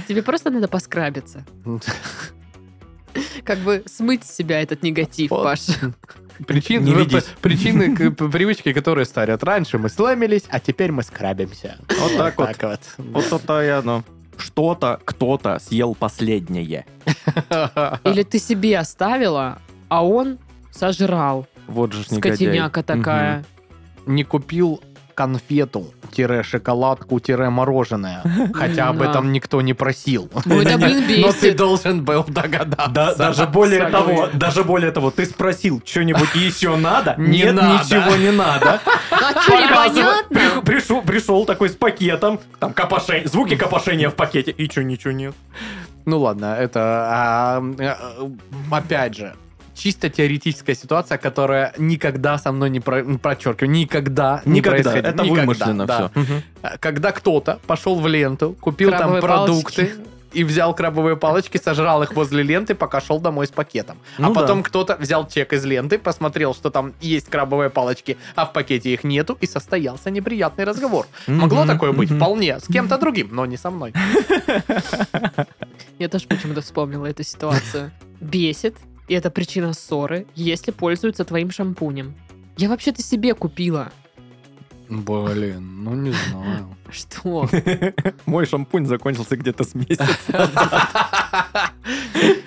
Тебе просто надо поскрабиться. Как бы смыть с себя этот негатив, Вот. Паш. Причин, Не ведись. причины, к- п- привычки, которые старят. Раньше мы сломились, а теперь мы скрабимся. Вот так вот. Так вот. Вот то-то и оно. Что-то кто-то съел последнее. Или ты себе оставила, а он сожрал. Вот же ж негодяй. Скотиняка такая. Не купил конфету-шоколадку-мороженое. Хотя об Да. этом никто не просил. Ну это, блин, Но ты бесит. должен был Да, догадаться. даже более Согласен. того, даже более того, ты спросил, что-нибудь еще надо? Не Нет, надо. ничего не надо. А что, Показывай. Приш- непонятно? пришел- Пришел такой с пакетом, там копошень- звуки копошения в пакете, и что, ничего нет. Ну ладно, это а, э, опять же чисто теоретическая ситуация, которая никогда со мной не про, подчеркиваю, никогда, не Никогда. происходила. Это Никогда, вымышленно да. А, Когда кто-то пошел в ленту, купил Крабовые там продукты. И взял крабовые палочки, сожрал их возле ленты, пока шел домой с пакетом. а Ну да. потом кто-то взял чек из ленты, посмотрел, что там есть крабовые палочки, а в пакете их нету, и состоялся неприятный разговор. Могло Мгм, такое быть? мгм. Вполне. С кем-то другим, но не со мной. Я тоже почему-то вспомнила эту ситуацию. Бесит, и это причина ссоры, если пользуются твоим шампунем. Я вообще-то себе купила. Блин, ну не знаю. Что? Мой шампунь закончился где-то с месяца.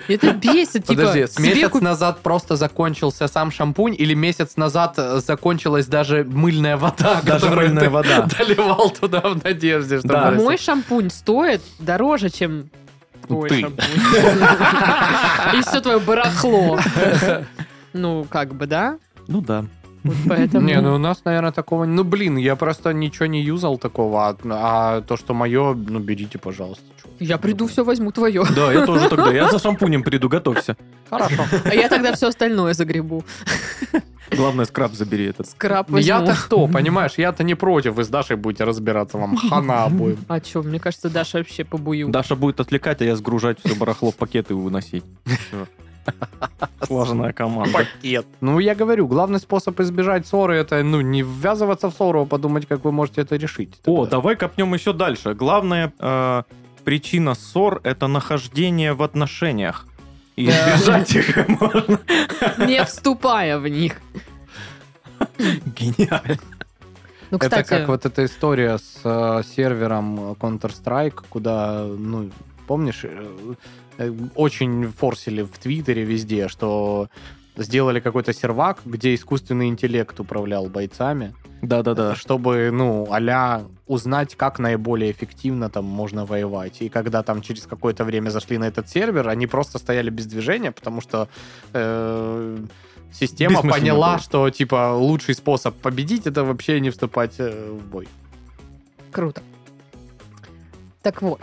Это бесит, типа. Подожди, с себе месяц куп- назад просто закончился сам шампунь, или месяц назад э, закончилась даже мыльная вода, Даже которую мыльная ты вода. доливал туда в надежде, что... Да. А она- мой шампунь стоит дороже, чем твой Ну Ты. шампунь. И все твое барахло. Ну, как бы, да? Ну да. Вот поэтому... Не, ну у нас, наверное, такого... не- Ну, блин, я просто ничего не юзал такого, а, а то, что мое, ну, берите, пожалуйста. чё. Я приду, все возьму твое. Да, я тоже тогда. Я за шампунем приду, готовься. Хорошо. А я тогда все остальное загребу. Главное, скраб забери этот. Скраб возьму. Ну, Я-то что, понимаешь, я-то не против, вы с Дашей будете разбираться, вам хана обоим. А что, мне кажется, Даша вообще побую. Даша будет отвлекать, а я сгружать все барахло в пакет и выносить. Всё. Слаженная команда. А Пакет. Ну, я говорю, главный способ избежать ссоры, это, ну, не ввязываться в ссору, а подумать, как вы можете это решить. О, Тогда. давай копнем еще дальше. Главная э, причина ссор — это нахождение в отношениях. И Да. избежать их можно. Не вступая в них. Гениально. Ну, Это кстати, как вот эта история с э, сервером э, Counter-Strike, куда, ну, помнишь, э, э, очень форсили в Твиттере везде, что сделали какой-то сервак, где искусственный интеллект управлял бойцами, Да-да-да. чтобы, ну, а узнать, как наиболее эффективно там можно воевать. И когда там через какое-то время зашли на этот сервер, они просто стояли без движения, потому что э, система Бессмысленно поняла, было. что, типа, лучший способ победить — это вообще не вступать э, в бой. круто. Так вот.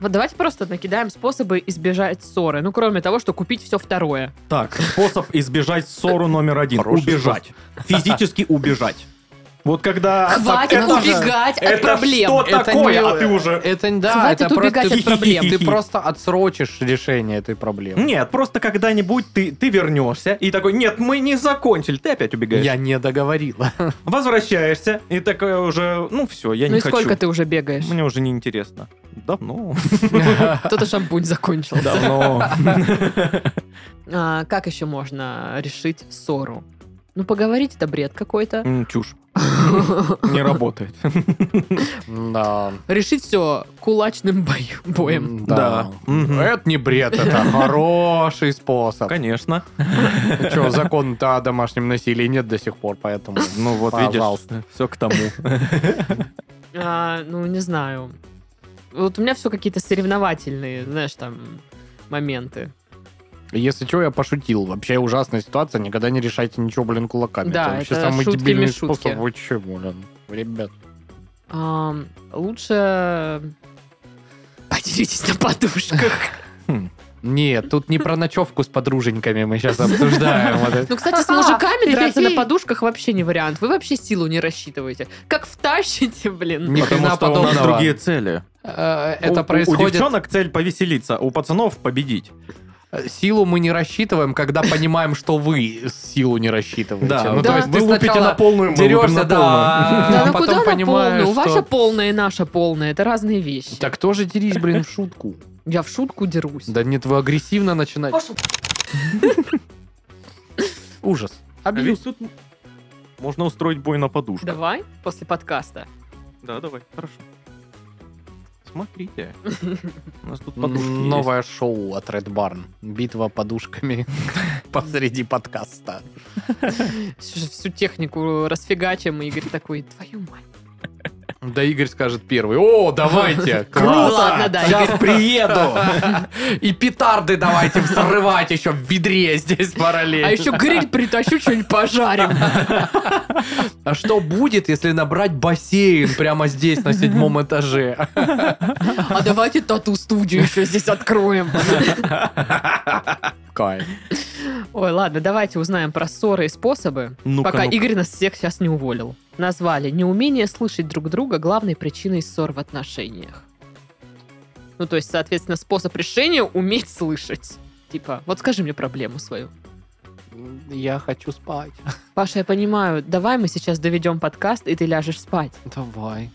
Вот давайте просто накидаем способы избежать ссоры. Ну, кроме того, что купить все второе. Так, способ избежать ссору номер один. Хороший Убежать. Физически убежать. Вот когда... Хватит А, Это же- убегать от Это проблем. что Это такое? не- А ты уже... Это да, Хватит это убегать просто от проблем. ты просто отсрочишь решение этой проблемы. Нет, просто когда-нибудь ты, ты вернешься и такой, нет, мы не закончили, ты опять убегаешь. Я не договорила. Возвращаешься и такой уже, ну все, я Ну не и хочу. сколько ты уже бегаешь? Мне уже не интересно. Давно. Кто-то шампунь закончился. Давно. А, как еще можно решить ссору? Ну, поговорить это бред какой-то. М, Чушь. Не работает. Да. Решить все кулачным бою- боем. М, Да. Мгм. Это не бред, это хороший способ. Конечно. Че, закон-то о домашнем насилии нет до сих пор, поэтому... Ну вот Пожалуйста. видишь, все к тому. А, ну, не знаю. Вот у меня все какие-то соревновательные, знаешь, там, моменты. Если что, я пошутил. Вообще ужасная ситуация, никогда не решайте ничего, блин, кулаками. Да, вообще это самый шутками дебильный шутки. способ. Вы че, блин? Ребят. Ам, лучше поделитесь на подушках. Нет, тут не про ночевку с подруженьками мы сейчас обсуждаем. Вот это. Ну, кстати, с мужиками драться на подушках вообще не вариант. Вы вообще силу не рассчитываете. Как втащите, блин. Ни Потому хрена что у нас подобного. другие цели. Э, Это У- у- У происходит... девчонок цель повеселиться, у пацанов победить. Силу мы не рассчитываем, когда понимаем, что вы силу не рассчитываете. Да, ну, Да. то есть вы ты лупите сначала на полную, мы лупим дерешься, на да, Да а ну потом куда на понимаешь, полную? Ваша что... полная и наша полная. Это разные вещи. Так тоже дерись, блин, в шутку. Я в шутку дерусь. Да нет, вы агрессивно начинаете. Ужас. А ведь тут можно устроить бой на подушках. Давай после подкаста. Да, давай, хорошо. Смотрите, у нас тут подушки есть. Новое шоу от Red Barn. Битва подушками посреди подкаста. Всю, всю технику расфигачим, и Игорь такой, твою мать. Да Игорь скажет первый. О, давайте! Ну Круто! ладно, да, Игорь. Сейчас приеду! И петарды давайте взрывать еще в ведре здесь параллельно. А еще гриль притащу, что-нибудь пожарим. А что будет, если набрать бассейн прямо здесь, на седьмом этаже? А давайте тату-студию еще здесь откроем. Кайф. Ой, ладно, давайте узнаем про ссоры и способы, Ну-ка, пока ну-ка. Игорь нас всех сейчас не уволил. Назвали неумение слышать друг друга главной причиной ссор в отношениях. Ну, то есть, соответственно, способ решения — уметь слышать. Типа, вот скажи мне проблему свою. Я хочу спать. Паша, я понимаю, давай мы сейчас доведем подкаст, и ты ляжешь спать. Давай.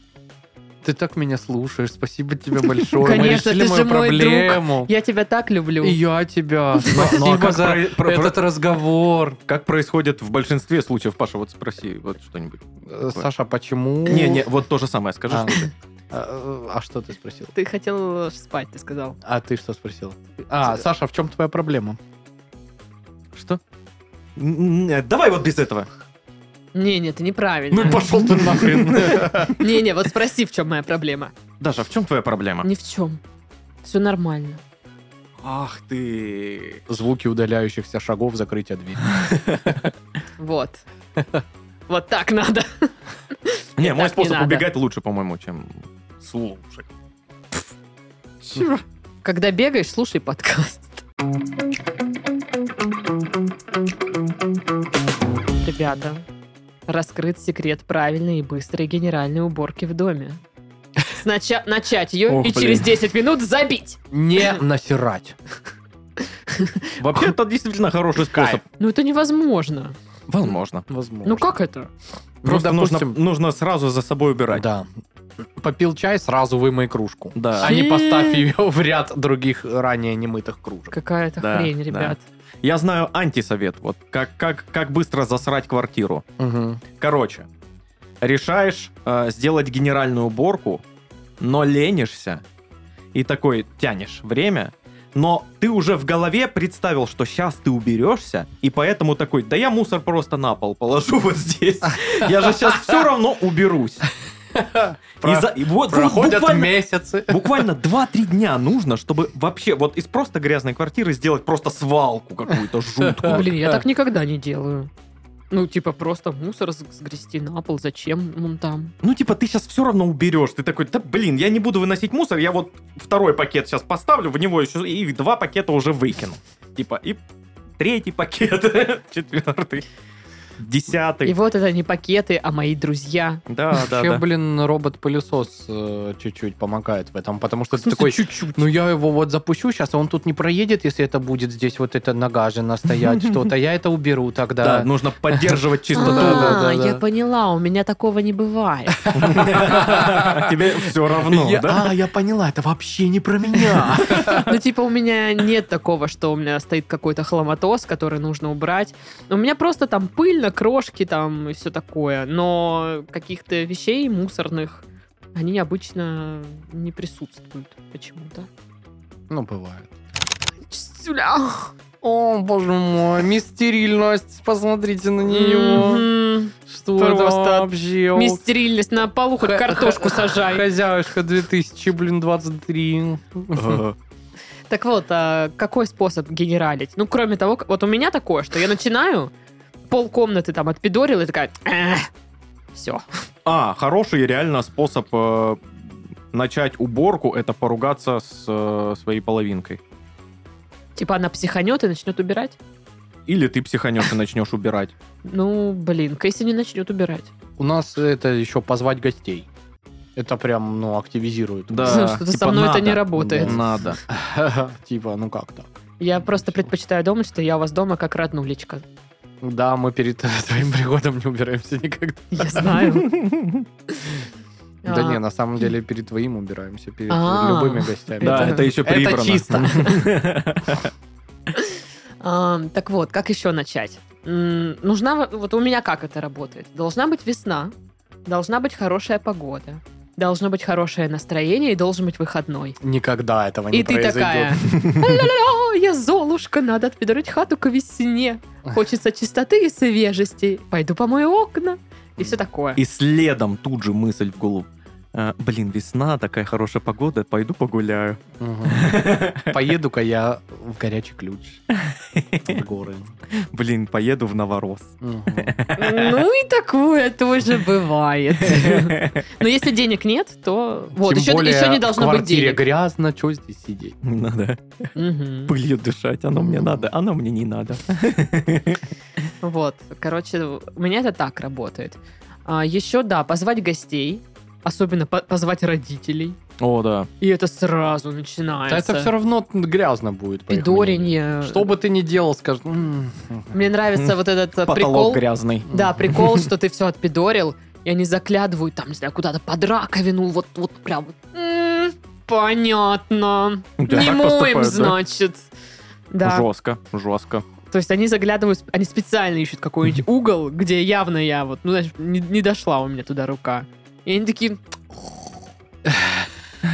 Ты так меня слушаешь. Спасибо тебе большое. Конечно, Мы ты решили мою же мой друг. проблему. Я тебя так люблю. И я тебя. ну, а Спасибо как за про- про- этот разговор. Как происходит в большинстве случаев, Паша, вот спроси вот что-нибудь. Э, Саша, почему? Не-не, вот то же самое скажи. А, что ты. а, а что ты спросил? Ты хотел спать, ты сказал. А ты что спросил? А, Саша, в чем твоя проблема? Что? Н- н- Давай вот без этого. Не-не, это Ну, неправильно. пошел ты нахрен. Не-не, вот спроси, в чем моя проблема. Даша, в чем твоя проблема? Ни в чем. Все нормально. Ах ты. Звуки удаляющихся шагов закрытия двери. Вот. Вот так надо. Не, мой не способ надо. убегать лучше, по-моему, чем слушать. Когда бегаешь, слушай подкаст. Ребята, раскрыт секрет правильной и быстрой генеральной уборки в доме. Сначала начать ее Ох, и блин. через 10 минут забить. Не насирать. Вообще, это действительно хороший способ. Ну это невозможно. Возможно. Возможно. Ну как это? Просто нужно, допустим, нужно сразу за собой убирать. Да. Попил чай, сразу вымой кружку. Да. А не поставь ее в ряд других ранее немытых кружек. Какая-то Да, хрень, да. ребят. Я знаю антисовет. Вот как, как, как быстро засрать квартиру. Короче, решаешь э, сделать генеральную уборку, но ленишься и такой тянешь время, но ты уже в голове представил, что сейчас ты уберешься, и поэтому такой, да я мусор просто на пол положу вот здесь. Я же сейчас все равно уберусь. И за- и вот- вот Проходят буквально- месяцы. Буквально 2-3 дня нужно, чтобы вообще вот из просто грязной квартиры сделать просто свалку какую-то жуткую. Ну, Блин, я так никогда не делаю. Ну, типа, просто мусор с- сгрести на пол. Зачем он там? Ну, типа, ты сейчас все равно уберешь. Ты такой, да блин, я не буду выносить мусор, я вот второй пакет сейчас поставлю, в него еще и два пакета уже выкину. Типа, и третий пакет, четвертый, И десятый. вот это не пакеты, а мои друзья. Да, да, Вообще, да. блин, робот-пылесос э, чуть-чуть помогает в этом, потому что В ты смысле, такой... чуть-чуть. Ну, я его вот запущу сейчас, а он тут не проедет, если это будет здесь вот эта нагажена стоять что-то. Я это уберу Да, тогда. нужно поддерживать чистоту. А, да-да-да-да. я поняла, у меня такого не бывает. Тебе все равно, Я- да? А, я поняла, это вообще не про меня. Ну, типа, у меня нет такого, что у меня стоит какой-то хломатоз, который нужно убрать. У меня просто там пыльно, крошки там и все такое. Но каких-то вещей мусорных, они обычно не присутствуют почему-то. Ну, бывает. Чистюля. О, боже мой, мистерильность, посмотрите на нее. Мгм. Что Просто это вообще? Мистерильность на полу, хоть Х- картошку х- сажай. Хозяюшка 2000, блин, 23. Э, Так вот, а какой способ генералить? Ну, кроме того, к- вот у меня такое, что я начинаю, пол комнаты там отпидорила и такая... Все. А, хороший реально способ э, начать уборку, это поругаться с э, своей половинкой. Типа она психанет и начнет убирать? Или ты психанешь и начнешь убирать. Ну, блин, Кейси не начнет убирать. У нас это еще позвать гостей. Это прям, ну, активизирует. Да, Что-то со типа, мной это не надо. работает. Да. Надо. Типа, ну как так? Я просто предпочитаю думать, что я у вас дома как роднулечка. Да, мы перед твоим приходом не убираемся никогда. Я знаю. Да А, не, ну. на самом деле перед твоим убираемся, перед А. любыми гостями. Да, Это- это еще прибрано. а, Так вот, как еще начать? М, Нужна, во- вот у меня как это работает? Должна быть весна, должна быть хорошая погода, должно быть хорошее настроение и должен быть выходной. Никогда этого А не И ты произойдет. такая, «Ля-ля-ля, я Золушка, надо отпидорить хату к весне. Хочется чистоты и свежести. Пойду помою окна. И все такое. И следом тут же мысль в голову. «Э, Блин, весна, такая хорошая погода, пойду погуляю. Мгм. Поеду-ка я в горячий ключ. В горы. Блин, поеду в Новорос. Мгм. Ну и такое тоже бывает. Но если денег нет, то... Вот, Тем еще более еще не должно в быть квартире денег. грязно, что здесь сидеть? Надо Мгм. пылью дышать, оно мне надо, оно мне не надо. Вот, короче, у меня это так работает. еще, да, позвать гостей, особенно по- позвать родителей. О, да. И это сразу Да начинается. это все равно грязно будет. по их мнению. Пидоренье. Что бы ты ни делал, скажешь... «М, Мне нравится вот этот э, Потолок прикол. грязный. Да, прикол, что ты все отпидорил, и они заглядывают там, не знаю, куда-то под раковину, вот, вот прям. вот, «М, Понятно. Да, не так моем, поступают, да? значит. Да. Жестко, жестко. То есть они заглядывают, они специально ищут какой-нибудь угол, где явно я вот, ну, знаешь, не, не дошла у меня туда рука. И они такие, хм».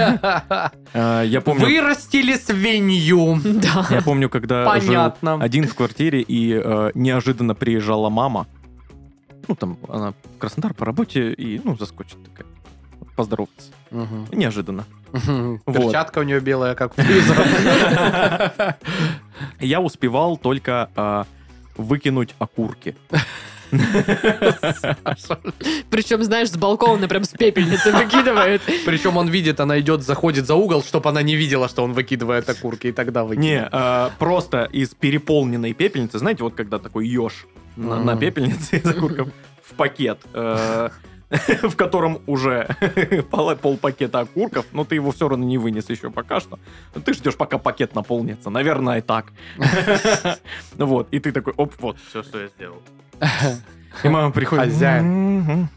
Э, Я помню, Вырастили свинью. да. Я помню, когда жил Понятно. один в квартире, и э, неожиданно приезжала мама. Ну, там, она в Краснодар по работе, и, ну, заскочит такая. Поздороваться. Мгм. Неожиданно. Вот. Перчатка у нее белая, как у Фриза. Я успевал только э, выкинуть окурки. Причем, знаешь, с балкона прям с пепельницы выкидывают. Причем он видит, она идет, заходит за угол, чтобы она не видела, что он выкидывает окурки, и тогда Не, выкинет. э, просто из переполненной пепельницы, знаете, вот когда такой еж на, на Мгм. пепельнице из окурков в пакет, э, в котором уже пол, пакета окурков, но ты его все равно не вынес еще пока что. Но Ты ждешь, пока пакет наполнится. Наверное, и так. Ну Вот, и ты такой, оп, вот. Все, что я сделал. И мама приходит. Хозяин.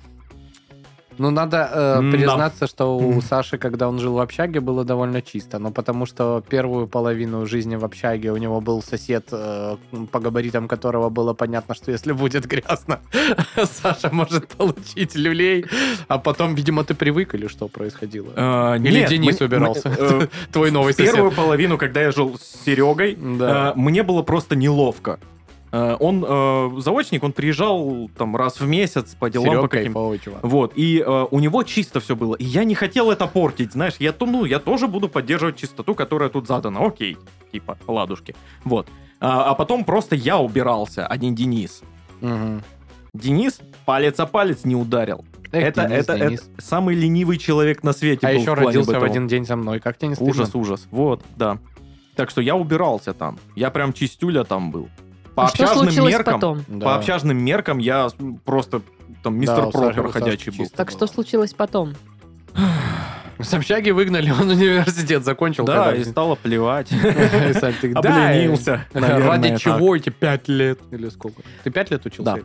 Ну, надо э, М-да. признаться, что у Мгм. Саши, когда он жил в общаге, было довольно чисто. Но потому что первую половину жизни в общаге у него был сосед, э, по габаритам которого было понятно, что если будет грязно, Саша может получить люлей. А потом, видимо, ты привык или что происходило? Э, Или нет, Денис мы- убирался? мы- э, Твой новый в первую сосед. половину, когда я жил с Серегой, Да. э, мне было просто неловко. Э, Он э, заочник, он приезжал там раз в месяц по делам Серега по каким кайфовый чувак. Вот, и э, у него чисто все было. И я не хотел это портить, знаешь, я, то- ну, я тоже буду поддерживать чистоту, которая тут задана. Окей, типа, ладушки. Вот. А, а потом просто я убирался, а не Денис. Мгм. Денис палец о палец не ударил. Эх, это, Денис, это, Денис. это самый ленивый человек на свете. А был в еще плане родился в бытовом. один день со мной. Как тебе не стыдно? Ужас, ужас. Вот, да. Так что я убирался там. Я прям чистюля там был. По А что общажным случилось меркам, потом? Да. по общажным меркам я просто там мистер у Саши- Пропер у Саши ходячий был. чисто Так было. что случилось потом? С общаги выгнали, он университет закончил. Да, когда- и стало плевать. И Сань так, да, Обленился. э, наверное, А, Ради так. чего эти пять лет? Или сколько? Ты пять лет учился? Да.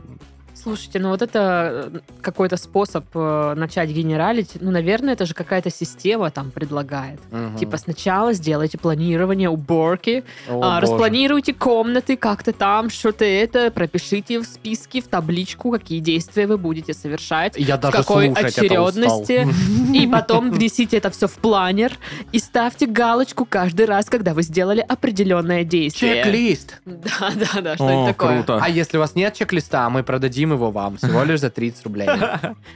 Слушайте, ну вот это э, какой-то способ э, начать генералить. Ну, наверное, это же какая-то система там предлагает. Мгм. Типа сначала сделайте планирование уборки, а, О, боже. распланируйте комнаты как-то там, что-то это, пропишите в списке, в табличку, какие действия вы будете совершать. Я даже какой слушать это очередности? устал. И потом внесите это все в планер и ставьте галочку каждый раз, когда вы сделали определенное действие. Чек-лист. Да, да, да, О, что-нибудь такое. круто. А если у вас нет чек-листа, мы продадим его вам всего лишь за 30 рублей.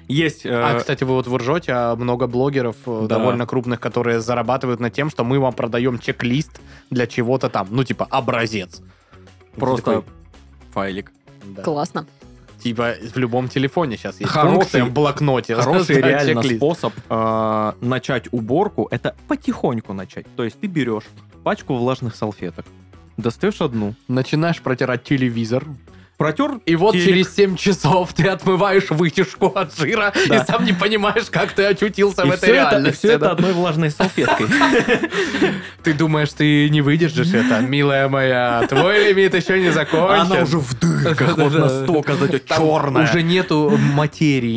Есть. э, А, кстати, вы вот вы ржете, а много блогеров э, Да. довольно крупных, которые зарабатывают на тем, что мы вам продаем чек-лист для чего-то там, ну, типа, образец. И ты Просто такой, файлик. да. Классно. Типа, в любом телефоне сейчас есть Хороший- функция в блокноте. Хороший Да, реально чек-лист. способ э, начать уборку это потихоньку начать. То есть ты берешь пачку влажных салфеток, достаешь одну, Начинаешь протирать телевизор. протер И вот телек. через 7 часов ты отмываешь вытяжку от жира Да. и сам не понимаешь, как ты очутился и в этой все это, и реальности. всё это да. одной влажной салфеткой. Ты думаешь, ты не выдержишь это, милая моя. Твой лимит еще не закончен. А Она уже в дырках, вот Да. настолько Там черная. Уже нету материи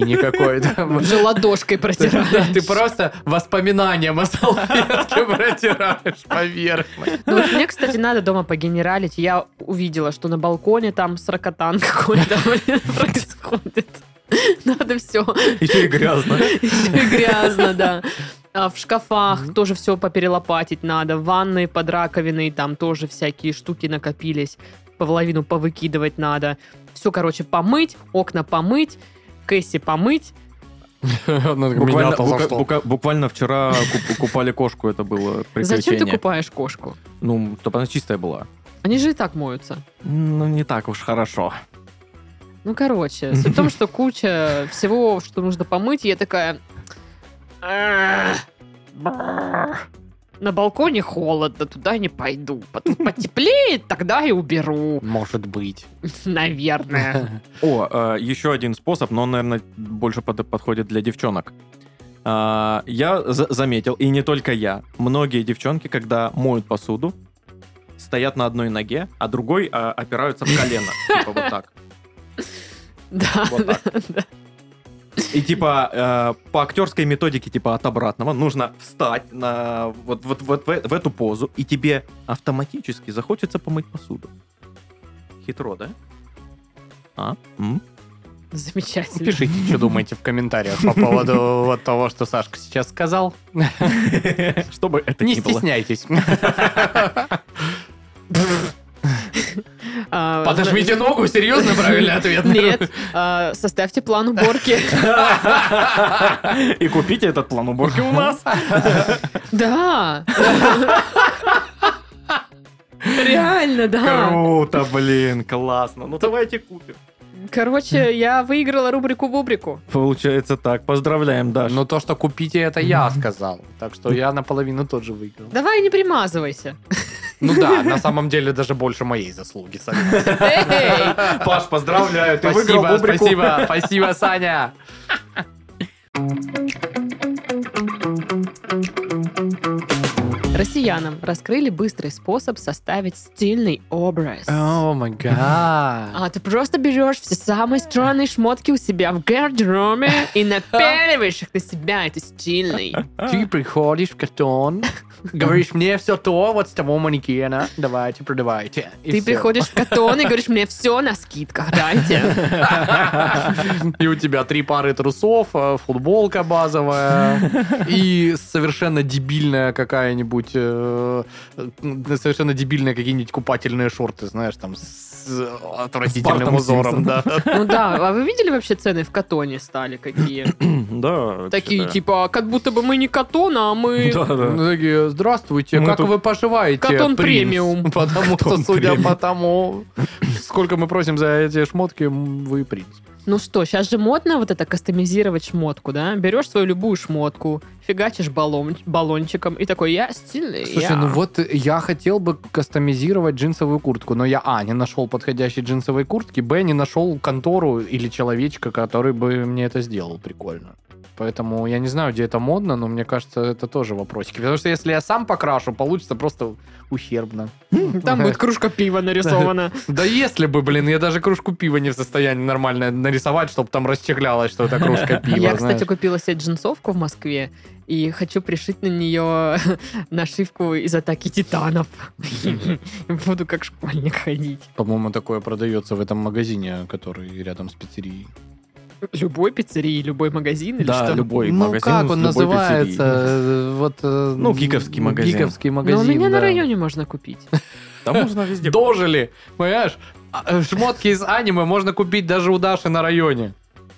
никакой. Там Уже ладошкой протираешь. Ты просто воспоминанием о салфетке протираешь поверхность. Ну вот мне, кстати, надо дома погенералить. Я увидела, что на балконе там сракотан какой-то блин, происходит. Надо все. Еще и грязно. Еще и грязно, да. А в шкафах Мгм. тоже все поперелопатить надо. В ванной под раковиной там тоже всякие штуки накопились. Половину повыкидывать надо. Все, короче, помыть, окна помыть, Кэсси помыть. Ну, Буквально Буквально, бука- бука- буквально вчера куп- купали кошку, это было Зачем приключение. ты купаешь кошку? Ну, чтобы она чистая была. Они же и так моются. Ну, не так уж хорошо. Ну, короче, суть в том, что куча всего, что нужно помыть, и я такая... «Ах, бррр, На балконе холодно, туда не пойду. Потом потеплеет, тогда и уберу. Может быть. Наверное. О, э, еще один способ, но он, наверное, больше под- подходит для девчонок. А, я за- заметил, и не только я, многие девчонки, когда моют посуду, стоят на одной ноге, а другой а, опираются в колено. Типа вот так. Да, Вот так. да. И типа э, по актерской методике, типа от обратного, нужно встать на вот, вот, вот в, э- в эту позу, и тебе автоматически захочется помыть посуду. Хитро, да? А? М? Замечательно. Пишите, что думаете в комментариях по поводу вот того, что Сашка сейчас сказал. Чтобы это Не не было. стесняйтесь. А, Подожмите ногу, серьезно, правильный ответ. Нет, а, составьте план уборки. И купите этот план уборки у нас. Да. Реально, да. Круто, блин, классно. Ну давайте купим. Короче, я выиграла рубрику Бубрику. Получается так. Поздравляем, Даша. Ну то, что купите, это я сказал. Так что я наполовину тот же выиграл. Давай не примазывайся. Ну да, на самом деле даже больше моей заслуги. согласен. Эй! Паш, поздравляю, ты выиграл Спасибо, рубрику. спасибо, спасибо, Саня. Россиянам раскрыли быстрый способ составить стильный образ. О май гад. А ты просто берешь все самые странные шмотки у себя в гардеробе и напяливаешь их на себя. Это стильный. Ты приходишь в картон, говоришь мне все то вот с того манекена, давайте, продавайте. И Ты всё. приходишь в катон и говоришь, мне все на скидках дайте. И у тебя три пары трусов, э, футболка базовая и совершенно дебильная какая-нибудь, э, э, совершенно дебильные какие-нибудь купательные шорты, знаешь, там с э, отвратительным Спартом узором, да. Ну да, а вы видели вообще цены в катоне стали какие? Да. Такие типа, как будто бы мы не катон, а мы... Да-да. Ну, такие, здравствуйте, Мы как тут вы поживаете, катон принц?» премиум. Потому что, Катон судя премиум. по тому, сколько мы просим за эти шмотки, м, вы принц. Ну что, сейчас же модно вот это кастомизировать шмотку, да? Берешь свою любую шмотку, фигачишь баллон- баллончиком и такой, я стильный, Слушай, я». ну вот я хотел бы кастомизировать джинсовую куртку, но я, а, не нашел подходящей джинсовой куртки, б, не нашел контору или человечка, который бы мне это сделал прикольно. Поэтому я не знаю, где это модно, но мне кажется, это тоже вопросики. Потому что если я сам покрашу, получится просто ущербно. Там будет кружка пива нарисована. Да если бы, блин, я даже кружку пива не в состоянии нормально нарисовать, чтобы там расчехлялось, что это кружка пива. Я, кстати, знаешь. купила себе джинсовку в Москве и хочу пришить на нее нашивку из атаки титанов. Буду как школьник ходить. По-моему, такое продается в этом магазине, который рядом с пиццерией. Любой пиццерии, любой магазин или Да, что? любой ну, магазин как с он любой называется? пиццерией. Э, Вот, э, Ну, гиковский магазин. Гиковский Но магазин, у меня на да. районе можно купить. Там можно везде. Дожили, понимаешь? А, э, Шмотки из аниме можно купить даже у Даши на районе.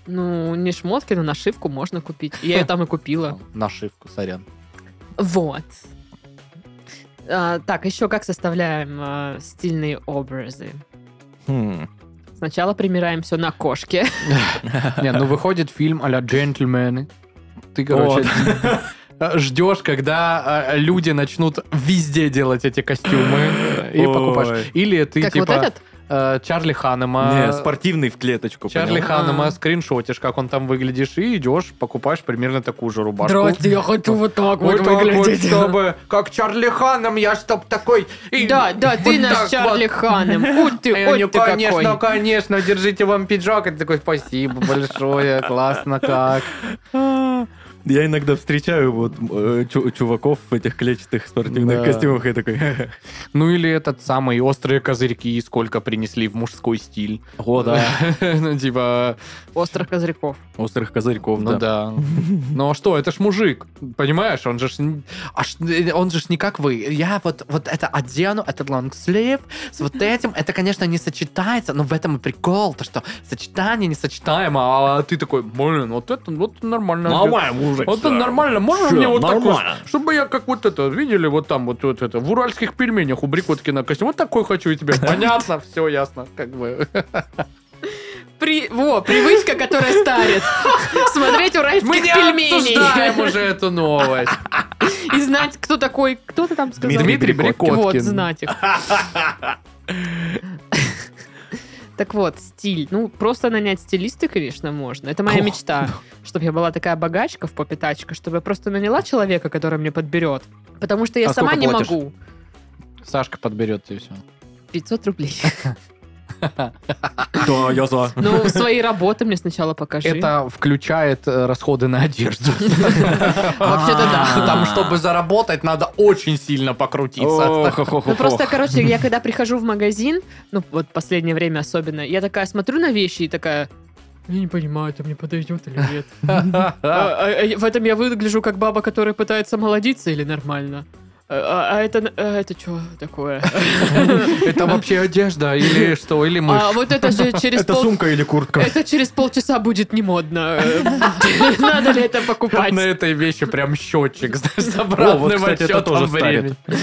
Ну, не шмотки, но нашивку можно купить. Я ее там и купила. Нашивку, сорян. Вот. А, так, еще как составляем а, стильные образы? Хм. Сначала примираем все на кошке. Не, ну выходит фильм а-ля «Джентльмены». Ты, короче, э, ждешь, когда э, люди начнут везде делать эти костюмы э, и Ой. покупаешь. Или ты, Как вот типа, этот? э, Чарли Ханема. А, Не, спортивный в клеточку. Чарли понял? Ханема А. скриншотишь, как он там выглядишь, и идешь, покупаешь примерно такую же рубашку. я хочу вот так Вот так вот, чтобы, как Чарли Ханом, я чтоб такой... и Да, да, вот ты наш так Чарли вот. Ханом. Будь ты, И они, хоть ты конечно, какой. конечно, держите вам пиджак. И ты такой, спасибо большое, классно как. А! Я иногда встречаю вот э, чу- чуваков в этих клетчатых спортивных Да. костюмах и такой... Ну или этот самый острые козырьки, сколько принесли в мужской стиль. О, да. Ну, типа, Острых козырьков. Острых козырьков, ну да. да. Ну а что, это ж мужик, понимаешь? Он же ж, н- а ш- он же ж не как вы. Я вот, вот это одену, это лонгслив, с вот этим, это, конечно, не сочетается, но в этом и прикол, то что сочетание несочетаемо, а ты такой, блин, вот это вот нормально. идет». мужик. Вот это да. нормально, можно Всё, мне вот такой, нормально. чтобы я как вот это, видели, вот там вот, вот это, в уральских пельменях у Брикотки на костюм, вот такой хочу и тебе. Понятно, все ясно, как бы. При... Во, привычка, которая старит. Смотреть уральских Мы не обсуждаем пельменей. уже эту новость. И знать, кто такой... Кто ты там сказал? Дмитрий Брикоткин. Вот, знать их. Так вот, стиль. Ну, просто нанять стилиста, конечно, можно. Это моя Ох. мечта. Чтобы я была такая богачка в попе тачка, чтобы я просто наняла человека, который мне подберет. Потому что я А сама сколько не платишь? могу. Сашка подберет тебе все. 500 рублей. Да, я за. Ну, свои работы мне сначала покажи. Это включает э, расходы на одежду. Вообще-то А. да. Там, чтобы заработать, надо очень сильно покрутиться. Ну, просто, Просто... короче, я когда прихожу в магазин, ну, вот последнее время особенно, я такая смотрю на вещи и такая... Я не понимаю, это мне подойдет или нет. А- а- а В этом я выгляжу как баба, которая пытается молодиться или нормально. А, а- а это, а это что такое? Это вообще одежда или что, или мышь? А вот это же через Это пол- сумка или куртка? Это через полчаса будет не модно. Надо ли это покупать? На этой вещи прям счетчик, знаешь, с О, вот, обратным кстати, это отсчетом тоже времени. старит.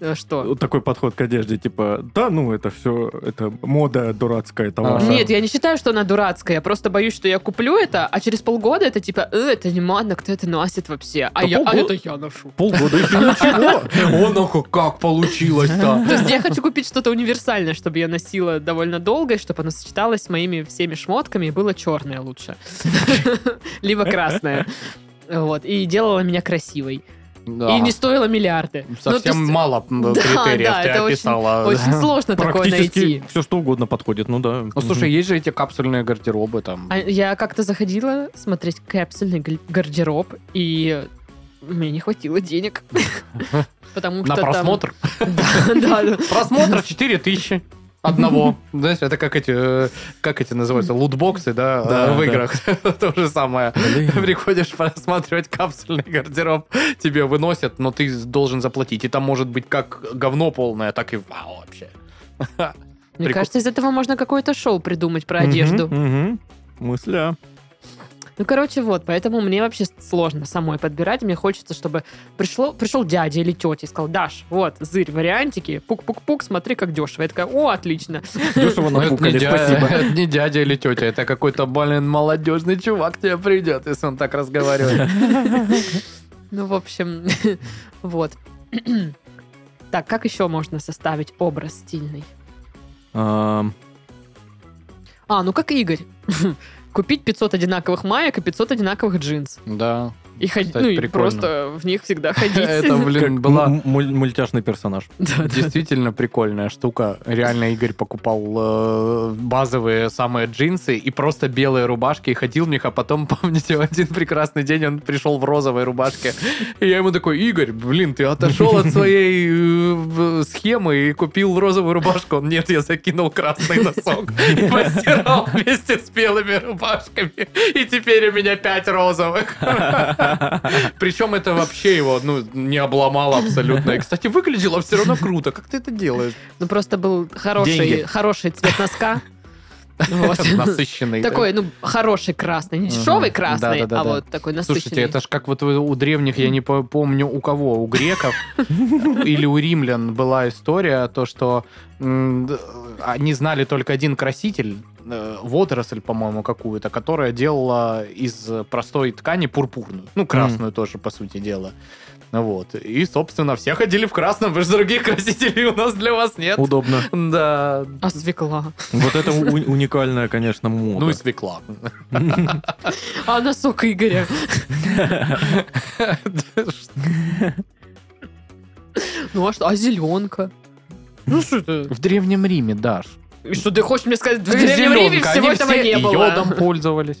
Э, Что? Вот Такой подход к одежде, типа, да, ну это все, это мода дурацкая, это Ага. ваша. Нет, я не считаю, что она дурацкая. Я просто боюсь, что я куплю это, а через полгода это типа, «Э, это не модно, кто это носит вообще? А, Да я, а полгода- это я ношу. Полгода еще ничего. Он, ох, как получилось-то? То есть я хочу купить что-то универсальное, чтобы я носила довольно долго, и чтобы оно сочеталось с моими всеми шмотками, и было черное лучше. Либо красное. Вот, и делала меня красивой. Да. И не стоило миллиарды. Ну, то Совсем есть- мало м, Да, критериев да, ты это очень- описала. Очень сложно такое найти. Практически все что угодно подходит, ну да. Ну, Мгм. слушай, есть же эти капсульные гардеробы там. А Я как-то заходила смотреть капсульный гл- гардероб, и мне не хватило денег. Потому На что там- просмотр? Да, да, да. Просмотр 4000 одного. Знаешь, это как эти, э, как эти называются, лутбоксы, да, э, Да, в да. играх. То же самое. Приходишь просматривать капсульный гардероб, тебе выносят, но ты должен заплатить. И там может быть как говно полное, так и вау вообще. Мне Прикол. кажется, из этого можно какое-то шоу придумать про Мгм, одежду. мгм. Мысля. Ну, короче, вот, поэтому мне вообще сложно самой подбирать. Мне хочется, чтобы пришло, пришел дядя или тетя и сказал, Даш, вот, зырь, вариантики, пук-пук-пук, смотри, как дешево. Я такая, о, отлично. Дешево Ну, это, напукали, не дядя, спасибо. это не дядя или тетя, это какой-то, блин, молодежный чувак тебе придет, если он так разговаривает. Ну, в общем, вот. Так, как еще можно составить образ стильный? Ам, А, ну как Игорь. Купить 500 одинаковых маек и 500 одинаковых джинс. Да. И ходить, Кстати, ну и прикольно. просто в них всегда ходить. Это, блин, как была м- муль- мультяшный персонаж. Да, да. Действительно прикольная штука. Реально Игорь покупал э, базовые самые джинсы и просто белые рубашки и ходил в них, а потом, помните, в один прекрасный день он пришел в розовой рубашке. И я ему такой, Игорь, блин, ты отошел от своей э, в- схемы и купил розовую рубашку. Он, нет, я закинул красный носок и постирал вместе с белыми рубашками. И теперь у меня пять розовых. Причем это вообще его, ну, не обломало абсолютно. И, кстати, выглядело все равно круто. Как ты это делаешь? Ну просто был Деньги. хороший, хороший цвет носка. Ну, Вот. Насыщенный. Такой, ну, хороший красный. Не Мгм. дешевый красный, Да-да-да-да. а вот такой насыщенный. Слушайте, это ж как вот вы у древних, я не по- помню у кого, у греков или у римлян была история, то что м, д- они знали только один краситель, э, водоросль, по-моему, какую-то, которая делала из простой ткани пурпурную. Ну, красную тоже, по сути дела. Ну Вот. И, собственно, все ходили в красном, вы же других красителей у нас для вас нет. Удобно. Да. А свекла? Вот это у- уникальная, конечно, Ну и мода. свекла. А носок Игоря? Ну а что? А зеленка? Ну что это? В Древнем Риме, Даш. И что ты хочешь мне сказать? В Древнем Риме всего этого не было. йодом пользовались.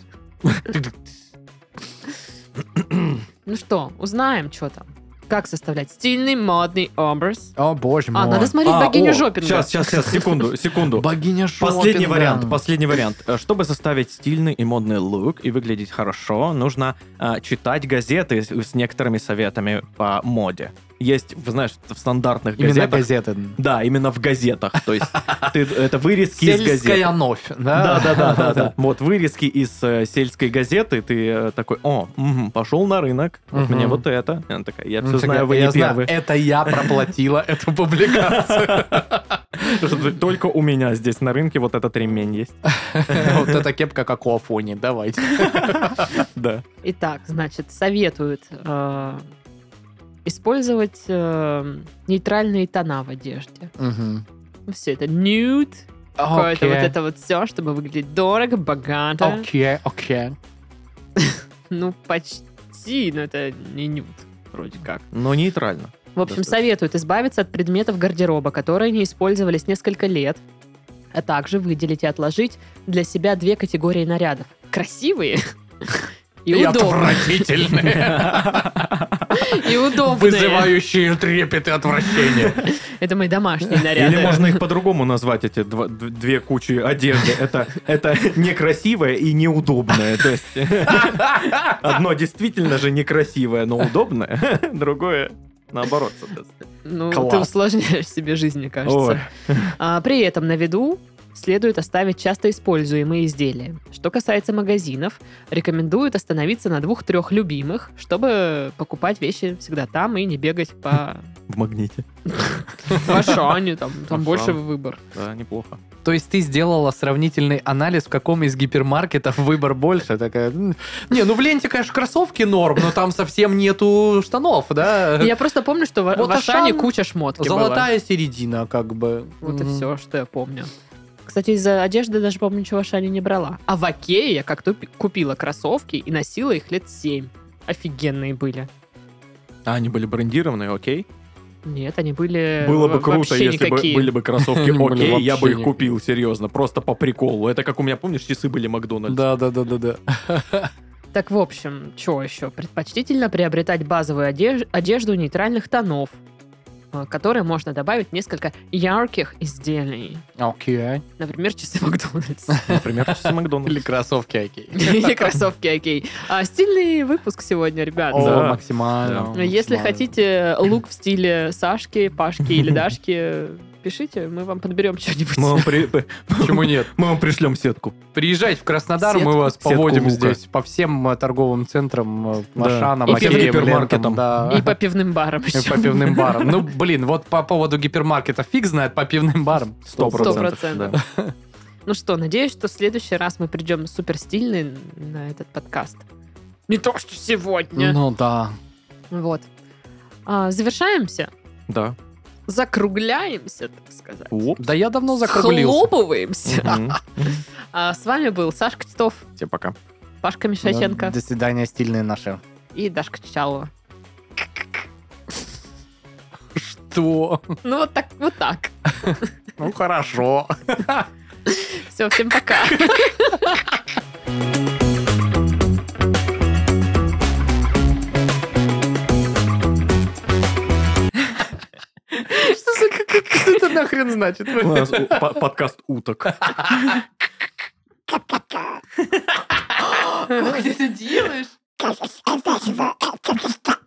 Ну что, узнаем, что там. Как составлять стильный модный образ? О, боже мой. А, надо смотреть А, богиню о, Жопинга. Сейчас, сейчас, сейчас, секунду, секунду. Богиня Последний шопинга. вариант, последний вариант. Э, Чтобы составить стильный и модный лук и выглядеть хорошо, нужно э, читать газеты с, с некоторыми советами по моде. Есть, в- знаешь, в стандартных Именно газетах. газеты. Да, именно в газетах. То есть ты- это вырезки из газет. Сельская новь. Да, Да, да, да, да, да. Вот вырезки из э, сельской газеты, ты э, такой, о, пошел на рынок, вот Мгм. мне вот это. И Она такая, я Ну, все так знаю, вы я не знаю, первый. Это я проплатила эту публикацию. Что Только у меня здесь на рынке вот этот ремень есть. Вот эта кепка как у Афони, давайте. Да. Итак, значит, советуют э, использовать э, нейтральные тона в одежде. Все это нюд, какое-то вот это вот все, чтобы выглядеть дорого, богато. Окей, окей. Ну, почти, но это не нюд, вроде как. Но нейтрально. В общем, Достаточно. советуют избавиться от предметов гардероба, которые не использовались несколько лет, а также выделить и отложить для себя две категории нарядов. Красивые и удобные. отвратительные. И удобные. Вызывающие трепет и отвращение. Это мои домашние наряды. Или можно их по-другому назвать, эти два- д- две кучи одежды. Это, это некрасивое и неудобное. То есть одно действительно же некрасивое, но удобное, другое наоборот. соответственно. Ну, ты Класс. усложняешь себе жизнь, мне кажется. А, при этом на виду следует оставить часто используемые изделия. Что касается магазинов, рекомендуют остановиться на двух-трех любимых, чтобы покупать вещи всегда там и не бегать по В магните. в Ашане, там, там Ашан. больше выбор. Да, неплохо. То есть ты сделала сравнительный анализ, в каком из гипермаркетов выбор больше. Такая, «М, не, ну в ленте, конечно, кроссовки норм, но там совсем нету штанов, да? Я просто помню, что в, Вот в Ашане Ашан куча шмотки была. Золотая середина, как бы. Вот и Мгм. все, что я помню. Кстати, из-за одежды даже, помню, ничего в Ашане не брала. А в Акее я как-то пи- купила кроссовки и носила их лет семь. Офигенные были. А они были брендированные, окей? Нет, они были Было во- бы круто, вообще если бы никакие. были бы кроссовки Блин, окей, я бы вообще их никак. купил, серьезно, просто по приколу. Это как у меня, помнишь, часы были Макдональдс? Да, да, да, да, да. Так, в общем, что еще? Предпочтительно приобретать базовую одеж- одежду нейтральных тонов, а, к которой можно добавить несколько ярких изделий. Окей. Например, часы Макдональдс. Например, часы Макдональдс. Или кроссовки окей. Или кроссовки, окей. А, Стильный выпуск сегодня, ребят. О, Да. максимально. Ну, Если максимально. хотите лук в стиле Сашки, Пашки или Дашки, пишите, мы вам подберем что-нибудь. Ну, Мы вам при- Почему нет? мы вам пришлем сетку. Приезжайте в Краснодар, мы Сетку- вас сетку поводим лука. здесь по всем э, торговым центрам, э, Да. Ашанам, И Макеям, гипермаркетам. Лентам, да. И по пивным барам И еще. по пивным барам. Ну, блин, вот по поводу гипермаркета фиг знает, по пивным барам. Сто процентов. процентов. да. Ну что, надеюсь, что в следующий раз мы придем супер стильный на этот подкаст. Не то, что сегодня. Ну да. Вот. А, Завершаемся, Да. закругляемся, так сказать. Оп. Да я давно Ну, закруглился. Схлопываемся. Мгм. А, С вами был Сашка Титов, Всем пока. Пашка Мишаченко До свидания, стильные наши. и Дашка Чалова. Что? Ну вот так, вот так. Ну хорошо. Все, всем пока. Что за как- что это нахрен значит? У нас у- по- подкаст уток. Как ты это делаешь? Because it's impossible. It's just